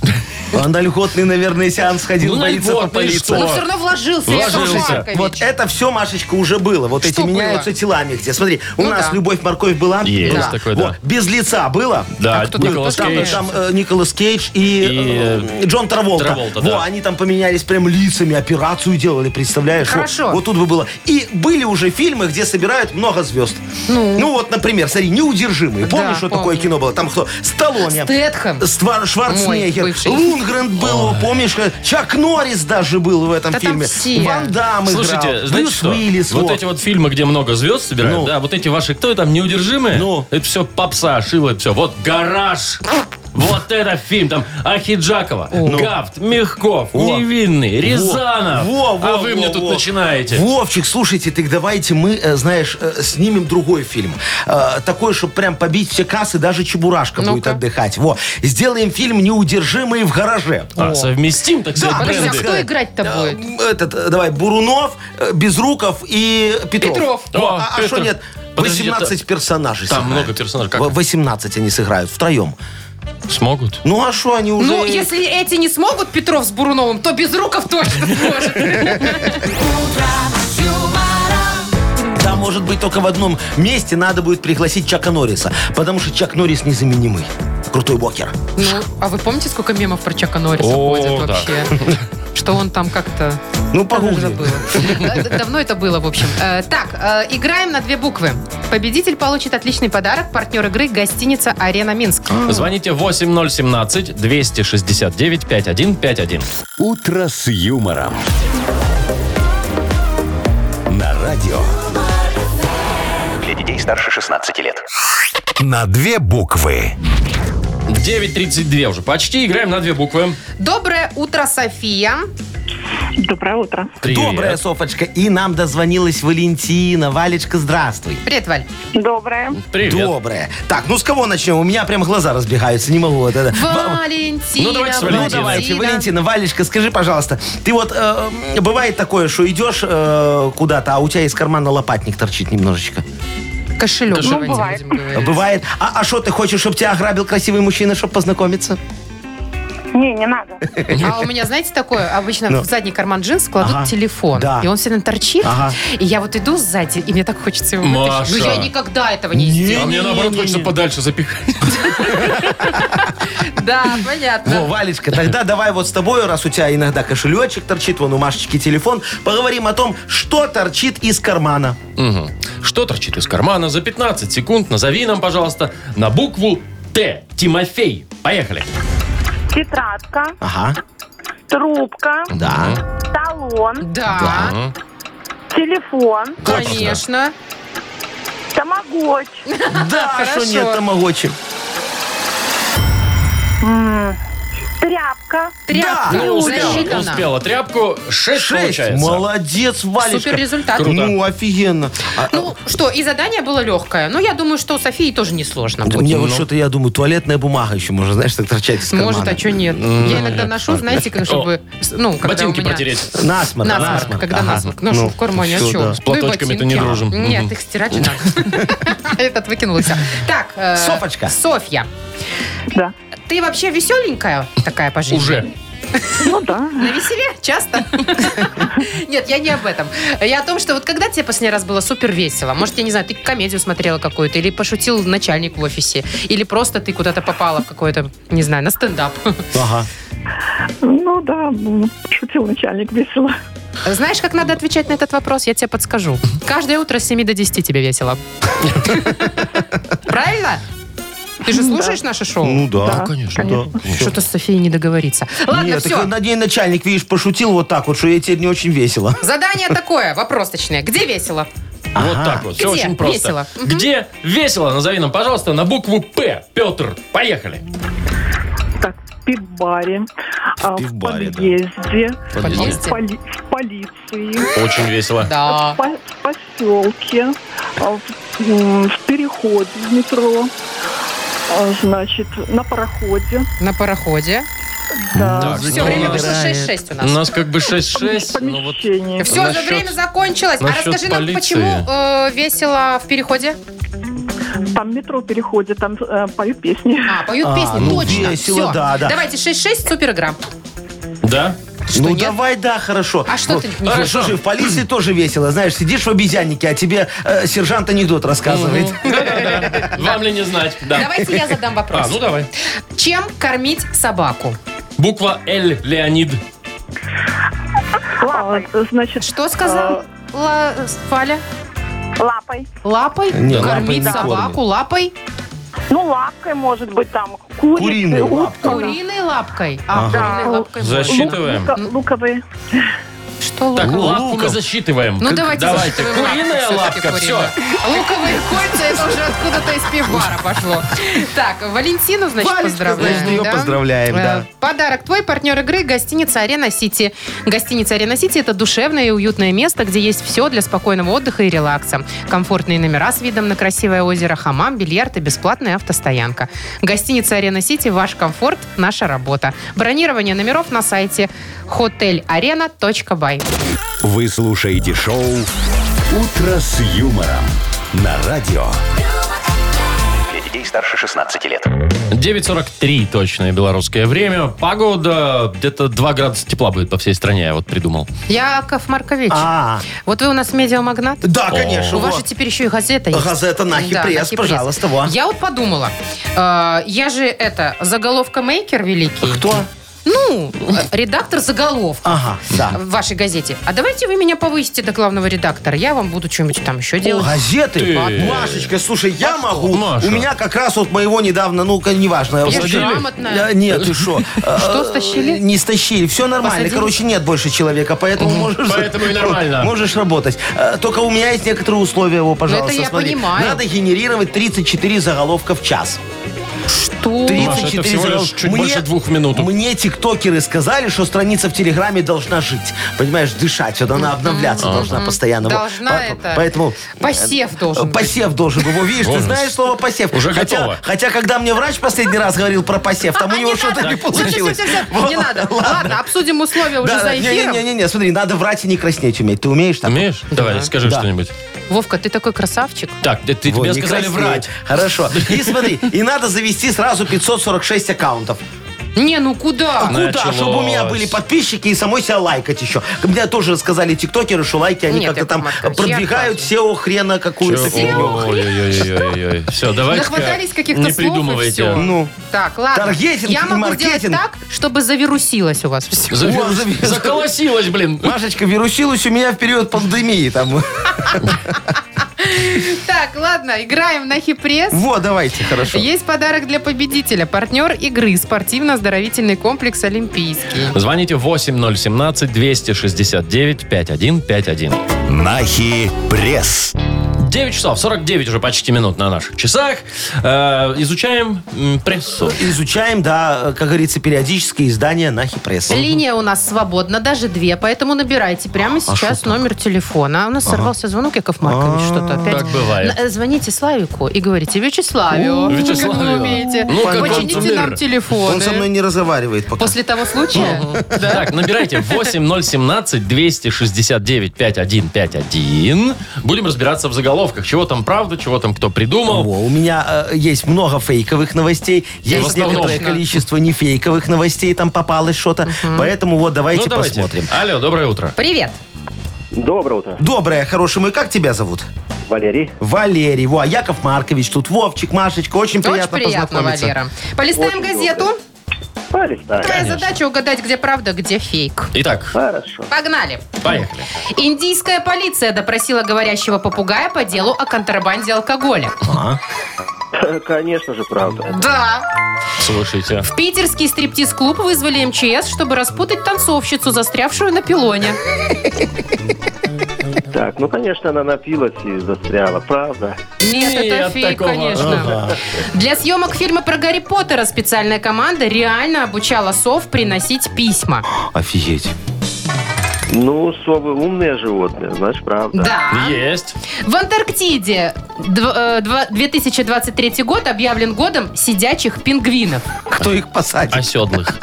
Speaker 3: А На льготный, наверное, сеанс ходил,
Speaker 4: Ну, на
Speaker 3: боится
Speaker 4: льготный,
Speaker 3: попалиться.
Speaker 4: что?
Speaker 2: Но все равно вложился, Яков
Speaker 4: Вложился.
Speaker 2: Маркович.
Speaker 3: Вот это все, Машечка, уже было. Вот эти
Speaker 2: Что
Speaker 3: меняются
Speaker 2: было?
Speaker 3: телами где. Смотри, у
Speaker 2: Ну
Speaker 3: нас
Speaker 2: да.
Speaker 3: любовь морковь была.
Speaker 4: Есть такой, да.
Speaker 3: Вот. Без лица было.
Speaker 4: Да,
Speaker 2: кто-то
Speaker 4: Николас
Speaker 2: там-
Speaker 3: Там,
Speaker 4: Кейдж.
Speaker 3: там, э, Николас Кейдж и,
Speaker 4: И,
Speaker 3: э, Джон Траволта.
Speaker 4: Траволта,
Speaker 3: Во,
Speaker 4: да.
Speaker 3: они там поменялись прям лицами, операцию делали, представляешь? Во,
Speaker 2: Хорошо.
Speaker 3: Вот, тут бы было. И были уже фильмы, где собирают много звезд. Ну, вот, например, смотри, «Неудержимые». Помнишь, что
Speaker 2: помню.
Speaker 3: такое кино было? Там кто? Сталлоне.
Speaker 2: Стэтхэм.
Speaker 3: Ствар- Шварценеггер,
Speaker 2: Мой бывший.
Speaker 3: Лунгрен был, помнишь, э, Чак Норрис даже был в этом
Speaker 2: Да там
Speaker 3: фильме.
Speaker 2: все.
Speaker 3: Ван Дамм
Speaker 4: Слушайте,
Speaker 3: играл,
Speaker 4: знаете
Speaker 3: Брюс
Speaker 4: что?
Speaker 3: Уиллис.
Speaker 4: вот
Speaker 3: во.
Speaker 4: эти вот фильмы, где много звезд собирают,
Speaker 3: Ну.
Speaker 4: да, вот эти ваши, кто там, неудержимые?
Speaker 3: Ну.
Speaker 4: Это все попса, шило, это все. Вот «Гараж». Вот это фильм, там Ахиджакова,
Speaker 3: Ну.
Speaker 4: Гафт, Мягков, Невинный, Рязанов.
Speaker 3: Во, во,
Speaker 4: а вы
Speaker 3: во,
Speaker 4: мне тут
Speaker 3: во.
Speaker 4: начинаете.
Speaker 3: Вовчик, слушайте, так давайте мы, э, знаешь, э, снимем другой фильм. Э, Такой, чтобы прям побить все кассы, даже Чебурашка будет
Speaker 2: Ну-ка.
Speaker 3: отдыхать. Во. Сделаем фильм «Неудержимые в гараже».
Speaker 4: А, совместим, так сказать,
Speaker 3: Да,
Speaker 2: Подожди, а
Speaker 4: бренды.
Speaker 2: кто играть-то
Speaker 3: Э,
Speaker 2: будет?
Speaker 3: м, Этот, э, давай, Бурунов, э, Безруков и Петров.
Speaker 2: Петров.
Speaker 4: О,
Speaker 3: Во, а- а
Speaker 4: Петр.
Speaker 3: что нет?
Speaker 4: Подожди,
Speaker 3: 18 персонажей
Speaker 4: Там
Speaker 3: сыграют.
Speaker 4: много персонажей. Как?
Speaker 3: Во- 18 они сыграют втроем.
Speaker 4: Смогут?
Speaker 3: Ну а что они уже...
Speaker 2: Ну, если эти не смогут, Петров с Буруновым, то без руков точно сможет.
Speaker 3: Да, может быть, только в одном месте надо будет пригласить Чака Норриса. Потому что Чак Норрис незаменимый. Крутой бокер.
Speaker 2: Ну, а вы помните, сколько мемов про Чака Норриса
Speaker 4: О,
Speaker 2: ходит
Speaker 4: да.
Speaker 2: вообще? Что он там как-то...
Speaker 3: Ну,
Speaker 2: Давно это
Speaker 3: погугли.
Speaker 2: было. Э, Давно это было, в общем. Э, Так, э, играем на две буквы. Победитель получит отличный подарок. Партнер игры – гостиница «Арена Минск».
Speaker 3: А?
Speaker 4: Звоните 8017-269-5151.
Speaker 1: «Утро с юмором». На радио.
Speaker 5: Для детей старше 16 лет.
Speaker 1: На две буквы.
Speaker 4: 9.32 уже. Почти играем на две буквы.
Speaker 2: Доброе утро, София.
Speaker 8: Доброе утро.
Speaker 4: Привет.
Speaker 3: Добрая Софочка. И нам дозвонилась Валентина. Валечка, здравствуй.
Speaker 2: Привет, Валь.
Speaker 8: Доброе.
Speaker 4: Привет. А
Speaker 3: Добрая. Так, ну с кого начнем? У меня прям глаза разбегаются, не могу. Вот это. Ва-
Speaker 2: Валентина.
Speaker 4: Ну, давайте с
Speaker 3: Ну,
Speaker 4: Валентина.
Speaker 3: давайте, Валентина, Валечка, скажи, пожалуйста, ты вот э, м, бывает такое, что идешь э, куда-то, а у тебя из кармана лопатник торчит немножечко.
Speaker 2: Кошелек.
Speaker 4: Ну,
Speaker 2: давайте
Speaker 8: бывает.
Speaker 2: будем говорить.
Speaker 3: Бывает. А что ты хочешь, чтобы тебя ограбил красивый мужчина, чтобы познакомиться?
Speaker 8: Не, не надо.
Speaker 2: А у меня, знаете, такое, обычно в задний карман джинс кладут
Speaker 3: Ага.
Speaker 2: телефон.
Speaker 3: Да.
Speaker 2: И он всегда торчит.
Speaker 3: Ага.
Speaker 2: И я вот иду сзади, и мне так хочется его
Speaker 4: Маша.
Speaker 2: вытащить. Но я никогда этого не
Speaker 4: А
Speaker 2: сделаю.
Speaker 4: мне наоборот хочется подальше запихать.
Speaker 2: Да, понятно.
Speaker 3: Во, Валечка, тогда давай вот с тобой, раз у тебя иногда кошелечек торчит, вон у Машечки телефон, поговорим о том, что торчит из кармана.
Speaker 4: Мгм. Что торчит из кармана? За 15 секунд назови нам, пожалуйста, на букву Т. Тимофей. Поехали.
Speaker 8: Тетрадка,
Speaker 3: Ага,
Speaker 8: трубка,
Speaker 3: да.
Speaker 8: талон,
Speaker 2: Да,
Speaker 4: Мгм.
Speaker 8: телефон,
Speaker 2: конечно.
Speaker 8: тамагоч.
Speaker 3: Да, а
Speaker 2: Хорошо.
Speaker 3: что нет тамагочи.
Speaker 8: тряпка.
Speaker 2: Тряпка.
Speaker 3: Да,
Speaker 4: Ну, успела,
Speaker 2: Засчитано.
Speaker 4: успела тряпку. 6
Speaker 3: Шесть.
Speaker 4: получается.
Speaker 3: Молодец, Валечка.
Speaker 2: Супер результат.
Speaker 4: Круто.
Speaker 3: Ну, офигенно. А,
Speaker 2: Ну что, и задание было легкое. Но я думаю, что Софии тоже несложно
Speaker 3: да
Speaker 2: будет.
Speaker 3: мне вот что-то, я думаю, туалетная бумага еще можно, знаешь, так торчать из кармана.
Speaker 2: Может, а что нет? Я иногда ношу, знаете, как, чтобы... Ну, когда
Speaker 4: Ботинки
Speaker 2: у меня...
Speaker 4: потереть.
Speaker 3: Насморк,
Speaker 2: Насморк,
Speaker 3: насморк.
Speaker 2: когда
Speaker 3: Ага.
Speaker 2: насморк. Ношу
Speaker 3: Ну,
Speaker 2: в кармане, а
Speaker 3: всё,
Speaker 2: что?
Speaker 3: да.
Speaker 4: С платочками-то не дружим.
Speaker 2: Нет,
Speaker 4: Мгм.
Speaker 2: их стирать не надо. Этот выкинул и все. Так, э,
Speaker 3: Софочка.
Speaker 2: Софья,
Speaker 8: Да.
Speaker 2: ты вообще веселенькая такая по жизни?
Speaker 4: Уже.
Speaker 8: Ну да.
Speaker 2: На веселе? Часто? Нет, я не об этом. Я о том, что вот когда тебе последний раз было супер весело? Может, я не знаю, ты комедию смотрела какую-то, или пошутил начальник в офисе, или просто ты куда-то попала в какой-то, не знаю, на стендап.
Speaker 3: Ага.
Speaker 8: Ну да, шутил начальник весело.
Speaker 2: Знаешь, как надо отвечать на этот вопрос? Я тебе подскажу. Каждое утро с 7 до 10 тебе весело. Правильно? Ты же слушаешь наше шоу?
Speaker 3: Ну да.
Speaker 4: конечно.
Speaker 2: Что-то с Софией не договорится. Ладно,
Speaker 3: Нет, так
Speaker 2: все.
Speaker 3: на день начальник, видишь, пошутил вот так вот, что я теперь не очень весело.
Speaker 2: Задание такое, вопрос точнее. Где весело?
Speaker 4: Вот
Speaker 3: Ага.
Speaker 4: так вот. Все
Speaker 2: Где
Speaker 4: очень просто.
Speaker 2: весело? Мгм.
Speaker 4: Где весело? Назови нам, пожалуйста, на букву П. Петр. Поехали.
Speaker 8: Так, в пивбаре, а, в
Speaker 3: пивбаре, да.
Speaker 8: подъезде,
Speaker 2: Подъезде. А.
Speaker 8: в, поли- в полиции,
Speaker 4: Очень весело.
Speaker 8: в,
Speaker 2: Да.
Speaker 8: по- в поселке, а, в, м, в переходе в метро, а, значит, на пароходе.
Speaker 2: На пароходе.
Speaker 8: Да.
Speaker 4: Так,
Speaker 2: Все,
Speaker 4: ну,
Speaker 2: время
Speaker 4: у
Speaker 2: вышло
Speaker 4: нас-
Speaker 2: 6-6 у
Speaker 4: У
Speaker 2: нас.
Speaker 4: нас как бы 6-6. ну вот
Speaker 8: помещении.
Speaker 2: Все,
Speaker 4: Насчет-
Speaker 2: за время закончилось. А
Speaker 4: насчет
Speaker 2: расскажи нам,
Speaker 4: полиции.
Speaker 2: почему э, весело в переходе?
Speaker 8: там метро переходе, там э, поют песни.
Speaker 2: А, поют
Speaker 3: А,
Speaker 2: песни,
Speaker 3: ну,
Speaker 2: точно.
Speaker 3: весело,
Speaker 2: Всё.
Speaker 3: да, да.
Speaker 2: Давайте 6-6, супер игра.
Speaker 4: Да?
Speaker 3: ну
Speaker 2: нет?
Speaker 3: давай, да, хорошо.
Speaker 2: А что ты не
Speaker 3: хорошо,
Speaker 2: хочешь?
Speaker 3: слушай, в полиции тоже весело. Знаешь, сидишь в обезьяннике, а тебе э, сержант анекдот рассказывает.
Speaker 4: Да-да-да. Вам ли не знать? Да.
Speaker 2: Давайте я задам вопрос.
Speaker 4: А, ну давай.
Speaker 2: Чем кормить собаку?
Speaker 4: Буква Л, Леонид.
Speaker 8: Лапой. значит,
Speaker 2: Что сказал Ла- Валя?
Speaker 8: лапой.
Speaker 2: Лапой?
Speaker 3: Не, лапой
Speaker 2: кормить
Speaker 3: не
Speaker 2: собаку
Speaker 3: кормит.
Speaker 2: лапой?
Speaker 8: Ну, лапкой, может быть, там, Ну, курицей,
Speaker 3: Куриной лапкой.
Speaker 8: уткой.
Speaker 2: Куриной лапкой? А,
Speaker 8: Ага.
Speaker 2: куриной лапкой. можно.
Speaker 4: Засчитываем.
Speaker 8: Лука- луковые.
Speaker 2: Что лук?
Speaker 4: Так,
Speaker 3: Ну,
Speaker 4: лапку мы
Speaker 3: луком.
Speaker 4: засчитываем.
Speaker 2: Ну
Speaker 4: К-
Speaker 2: давайте,
Speaker 4: Давайте.
Speaker 2: засчитываем лапку,
Speaker 4: Куриная
Speaker 2: всё-таки
Speaker 4: лапка, все.
Speaker 2: куриная. Луковые кольца, это уже откуда-то из пивбара пошло. Так, Валентину, значит,
Speaker 3: Валечка,
Speaker 2: поздравляем.
Speaker 3: значит, ее поздравляем, да.
Speaker 2: Э, Подарок твой, партнер игры, гостиница «Арена Сити». Гостиница «Арена Сити» — это душевное и уютное место, где есть все для спокойного отдыха и релакса. Комфортные номера с видом на красивое озеро, хамам, бильярд и бесплатная автостоянка. Гостиница «Арена Сити» — ваш комфорт, наша работа. Бронирование номеров на сайте hotelarena.by.
Speaker 1: Вы слушаете шоу «Утро с юмором» на радио.
Speaker 5: Для детей старше 16 лет.
Speaker 4: 9.43 точное белорусское время. Погода где-то 2 градуса тепла будет по всей стране, я вот придумал.
Speaker 2: Яков Маркович,
Speaker 3: А,
Speaker 2: вот вы у нас медиамагнат.
Speaker 3: да,
Speaker 2: У
Speaker 3: конечно.
Speaker 2: вас
Speaker 3: вот.
Speaker 2: же теперь еще и газета есть.
Speaker 3: Газета «Нахи пресс»,
Speaker 2: «Нахи
Speaker 3: пожалуйста, во.
Speaker 2: Я вот подумала, э, я же это, заголовка мейкер великий.
Speaker 3: Кто?
Speaker 2: Ну, э, редактор заголовка
Speaker 3: Ага, да.
Speaker 2: в вашей газете. А давайте вы меня повысите до главного редактора, я вам буду что-нибудь там еще делать.
Speaker 3: газеты?
Speaker 4: Ты.
Speaker 3: Машечка, слушай, я могу.
Speaker 4: Маша.
Speaker 3: У меня как раз вот моего недавно, ну-ка, неважно. я
Speaker 2: Я
Speaker 3: вот-
Speaker 2: же грамотная.
Speaker 3: Э, Нет, ты что?
Speaker 2: Что, стащили?
Speaker 3: Не стащили. Все нормально.
Speaker 2: Посадили?
Speaker 3: Короче, нет больше человека, поэтому можешь...
Speaker 4: Поэтому и нормально.
Speaker 3: Можешь работать. Э, Только у меня есть некоторые условия, его, пожалуйста,
Speaker 2: Ну, я
Speaker 3: смотри.
Speaker 2: понимаю.
Speaker 3: Надо генерировать 34 заголовка в час.
Speaker 2: Что?
Speaker 3: 34
Speaker 4: Маша, это всего лишь
Speaker 3: заголовка.
Speaker 4: чуть больше двух минут.
Speaker 3: Мне тиктокеры сказали, что страница в Телеграме должна жить. Понимаешь, дышать. Вот она обновляться должна постоянно. Вот.
Speaker 2: Должна
Speaker 3: Ну, По-
Speaker 2: это-
Speaker 3: Поэтому... э,
Speaker 2: Посев должен быть.
Speaker 3: Посев должен был. Во, Видишь, ты
Speaker 4: Должен.
Speaker 3: знаешь слово посев.
Speaker 4: Уже
Speaker 3: хотя,
Speaker 4: готово.
Speaker 3: Хотя, когда мне врач последний раз говорил про посев, там у него что-то не получилось.
Speaker 2: Всё, всё, всё, всё,
Speaker 3: Вот.
Speaker 2: Не надо. Ладно, обсудим условия уже
Speaker 3: Да,
Speaker 2: за эфиром.
Speaker 3: Не-не-не, смотри, надо врать и не краснеть уметь. Ты умеешь так?
Speaker 4: Умеешь? Давай, скажи
Speaker 3: Да.
Speaker 4: что-нибудь.
Speaker 2: Вовка, ты такой красавчик.
Speaker 4: Так, ты, ты-
Speaker 3: Во,
Speaker 4: тебе
Speaker 3: не
Speaker 4: сказали
Speaker 3: краснеть.
Speaker 4: врать.
Speaker 3: Хорошо. И смотри, и надо завести сразу 546 аккаунтов.
Speaker 2: Не, ну куда?
Speaker 3: Куда?
Speaker 4: Началось.
Speaker 3: Чтобы у меня были подписчики и самой себя лайкать еще. Мне тоже сказали тиктокеры, что лайки, они
Speaker 2: Нет,
Speaker 3: как-то
Speaker 2: Яков
Speaker 3: там
Speaker 2: Маркович,
Speaker 3: продвигают
Speaker 2: я
Speaker 3: SEO хрена какую-то фигню.
Speaker 4: Ой-ой-ой-ой-ой. Все, давайте
Speaker 2: Нахватались каких-то
Speaker 4: не
Speaker 2: слов и всё.
Speaker 4: придумывайте.
Speaker 3: Ну,
Speaker 2: Так, ладно.
Speaker 3: Таргетинг
Speaker 2: Я
Speaker 3: и
Speaker 2: могу сделать
Speaker 3: маркетинг.
Speaker 2: так, чтобы завирусилось у вас все.
Speaker 4: Завер-
Speaker 3: О, завер-
Speaker 4: Заколосилась, блин.
Speaker 3: Машечка вирусилась у меня в период пандемии там.
Speaker 2: Так, ладно, играем на хипресс.
Speaker 3: Вот, давайте, хорошо.
Speaker 2: Есть подарок для победителя. Партнер игры спортивно-оздоровительный комплекс «Олимпийский».
Speaker 4: Звоните 8017-269-5151.
Speaker 1: Нахи пресс.
Speaker 4: 9 часов 49 уже почти минут на наших часах. Э, изучаем м, прессу.
Speaker 3: Изучаем, да, как говорится, периодическое издание Нахи Пресс.
Speaker 2: Линия у нас свободна, даже две, поэтому набирайте
Speaker 3: а
Speaker 2: прямо сейчас номер телефона. А у нас сорвался звонок, Яков Маркович,
Speaker 3: А.
Speaker 2: что-то опять.
Speaker 4: Так бывает.
Speaker 2: Н- э, Звоните Славику и говорите, Вячеславио,
Speaker 4: Вячеславио.
Speaker 2: как вы умеете,
Speaker 4: Ну, как он
Speaker 2: почините
Speaker 4: сумер.
Speaker 2: нам телефоны.
Speaker 3: Он со мной не разговаривает пока.
Speaker 2: После того случая?
Speaker 4: Так, набирайте 8017-269-5151. Будем разбираться в заголовках. Чего там правда, чего там кто придумал. Ну,
Speaker 3: Во, у меня э, есть много фейковых новостей,
Speaker 4: в
Speaker 3: есть
Speaker 4: основном.
Speaker 3: некоторое количество нефейковых новостей, там попалось что-то. Поэтому вот
Speaker 4: Ну,
Speaker 3: давайте
Speaker 4: давайте.
Speaker 3: посмотрим.
Speaker 4: Алло, доброе утро.
Speaker 2: Привет.
Speaker 10: Доброе утро,
Speaker 3: Доброе, хороший мой, как тебя зовут?
Speaker 10: Валерий.
Speaker 3: Валерий, во, Яков Маркович, тут Вовчик, Машечка, очень
Speaker 2: Очень
Speaker 3: приятно
Speaker 2: приятно,
Speaker 3: познакомиться.
Speaker 2: Валера. Полистаем
Speaker 10: Очень
Speaker 2: газету.
Speaker 10: Полистаю.
Speaker 2: Твоя задача угадать, где правда, где фейк.
Speaker 4: Итак,
Speaker 10: Хорошо.
Speaker 2: Погнали.
Speaker 4: поехали.
Speaker 2: Индийская полиция допросила говорящего попугая по делу о контрабанде алкоголя.
Speaker 10: Конечно же, правда.
Speaker 2: Да.
Speaker 4: Слушайте.
Speaker 2: В питерский стриптиз-клуб вызвали МЧС, чтобы распутать танцовщицу, застрявшую на пилоне.
Speaker 10: Так, ну, конечно, она напилась и застряла, правда?
Speaker 2: Нет, это
Speaker 4: Нет
Speaker 2: фейк,
Speaker 4: такого.
Speaker 2: конечно. Для съемок фильма про Гарри Поттера специальная команда реально обучала сов приносить письма.
Speaker 3: Офигеть.
Speaker 10: Ну, совы умные животные, значит, правда.
Speaker 2: Да.
Speaker 4: Есть.
Speaker 2: В Антарктиде дв- э, два- 2023 год объявлен годом сидячих пингвинов.
Speaker 3: Кто их
Speaker 4: А
Speaker 3: посадит?
Speaker 4: Оседлых.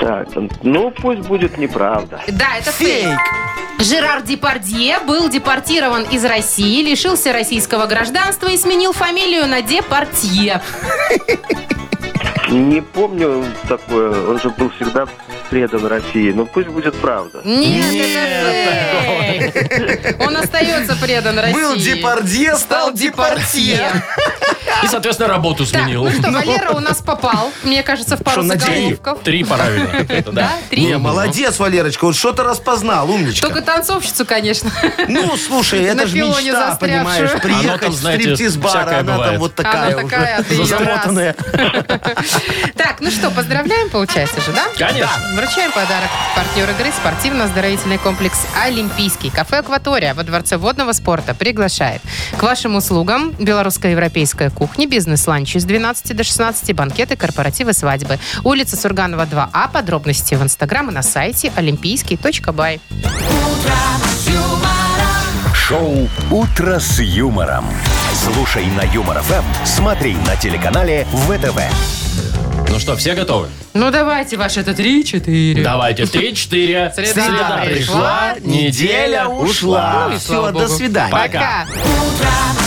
Speaker 10: Так, ну, пусть будет неправда.
Speaker 2: Да, это фейк.
Speaker 3: Фейк.
Speaker 2: Жерар Депардье был депортирован из России, лишился российского гражданства и сменил фамилию на Депардье.
Speaker 10: Не помню такое. Он же был всегда предан России. Но пусть будет правда.
Speaker 2: Нет, это фейк. Он остается предан России.
Speaker 3: Был депардье, стал депортье.
Speaker 4: И, соответственно, работу
Speaker 2: Так,
Speaker 4: сменил.
Speaker 2: ну что, Валера у нас попал, мне кажется, в пару
Speaker 3: Что, на деньги?
Speaker 2: заголовков.
Speaker 4: Три правильных ответа, да.
Speaker 2: Да, три.
Speaker 3: Не, молодец, Валерочка, вот что-то распознал, умничка.
Speaker 2: Только танцовщицу, конечно.
Speaker 3: Ну, слушай,
Speaker 2: На
Speaker 3: это же
Speaker 2: пилоне
Speaker 3: мечта,
Speaker 2: застрявшую.
Speaker 3: понимаешь,
Speaker 4: Оно
Speaker 3: приехать
Speaker 4: там,
Speaker 3: в
Speaker 4: знаете,
Speaker 3: стриптиз-бар,
Speaker 4: всякое
Speaker 3: а она
Speaker 4: бывает.
Speaker 3: там вот такая
Speaker 2: Она такая, а ты
Speaker 3: уже
Speaker 2: её
Speaker 3: замотанная.
Speaker 2: Так, ну что, поздравляем, получается же, да?
Speaker 4: Конечно.
Speaker 2: Да. Вручаем подарок. Партнер игры спортивно-оздоровительный комплекс «Олимпийский». Кафе «Акватория» во Дворце водного спорта приглашает. К вашим услугам белорусско-европейская кухня, бизнес-ланчи с 12 до 16, банкеты, корпоративы, свадьбы. Улица Сурганова, 2А. Подробности в Инстаграм и на сайте олимпийский.бай.
Speaker 1: Шоу «Утро с юмором». Слушай на Юмор ФМ, смотри на телеканале ВТВ.
Speaker 4: Ну что, все готовы?
Speaker 2: Ну давайте ваш этот 3-4.
Speaker 4: Давайте. Три-четыре.
Speaker 2: Среда
Speaker 4: Среда
Speaker 2: пришла,
Speaker 4: пришла, неделя ушла.
Speaker 2: Ну и
Speaker 3: Все,
Speaker 2: слава
Speaker 3: до
Speaker 2: богу.
Speaker 3: свидания.
Speaker 4: Пока.
Speaker 2: Пока.
Speaker 9: Утро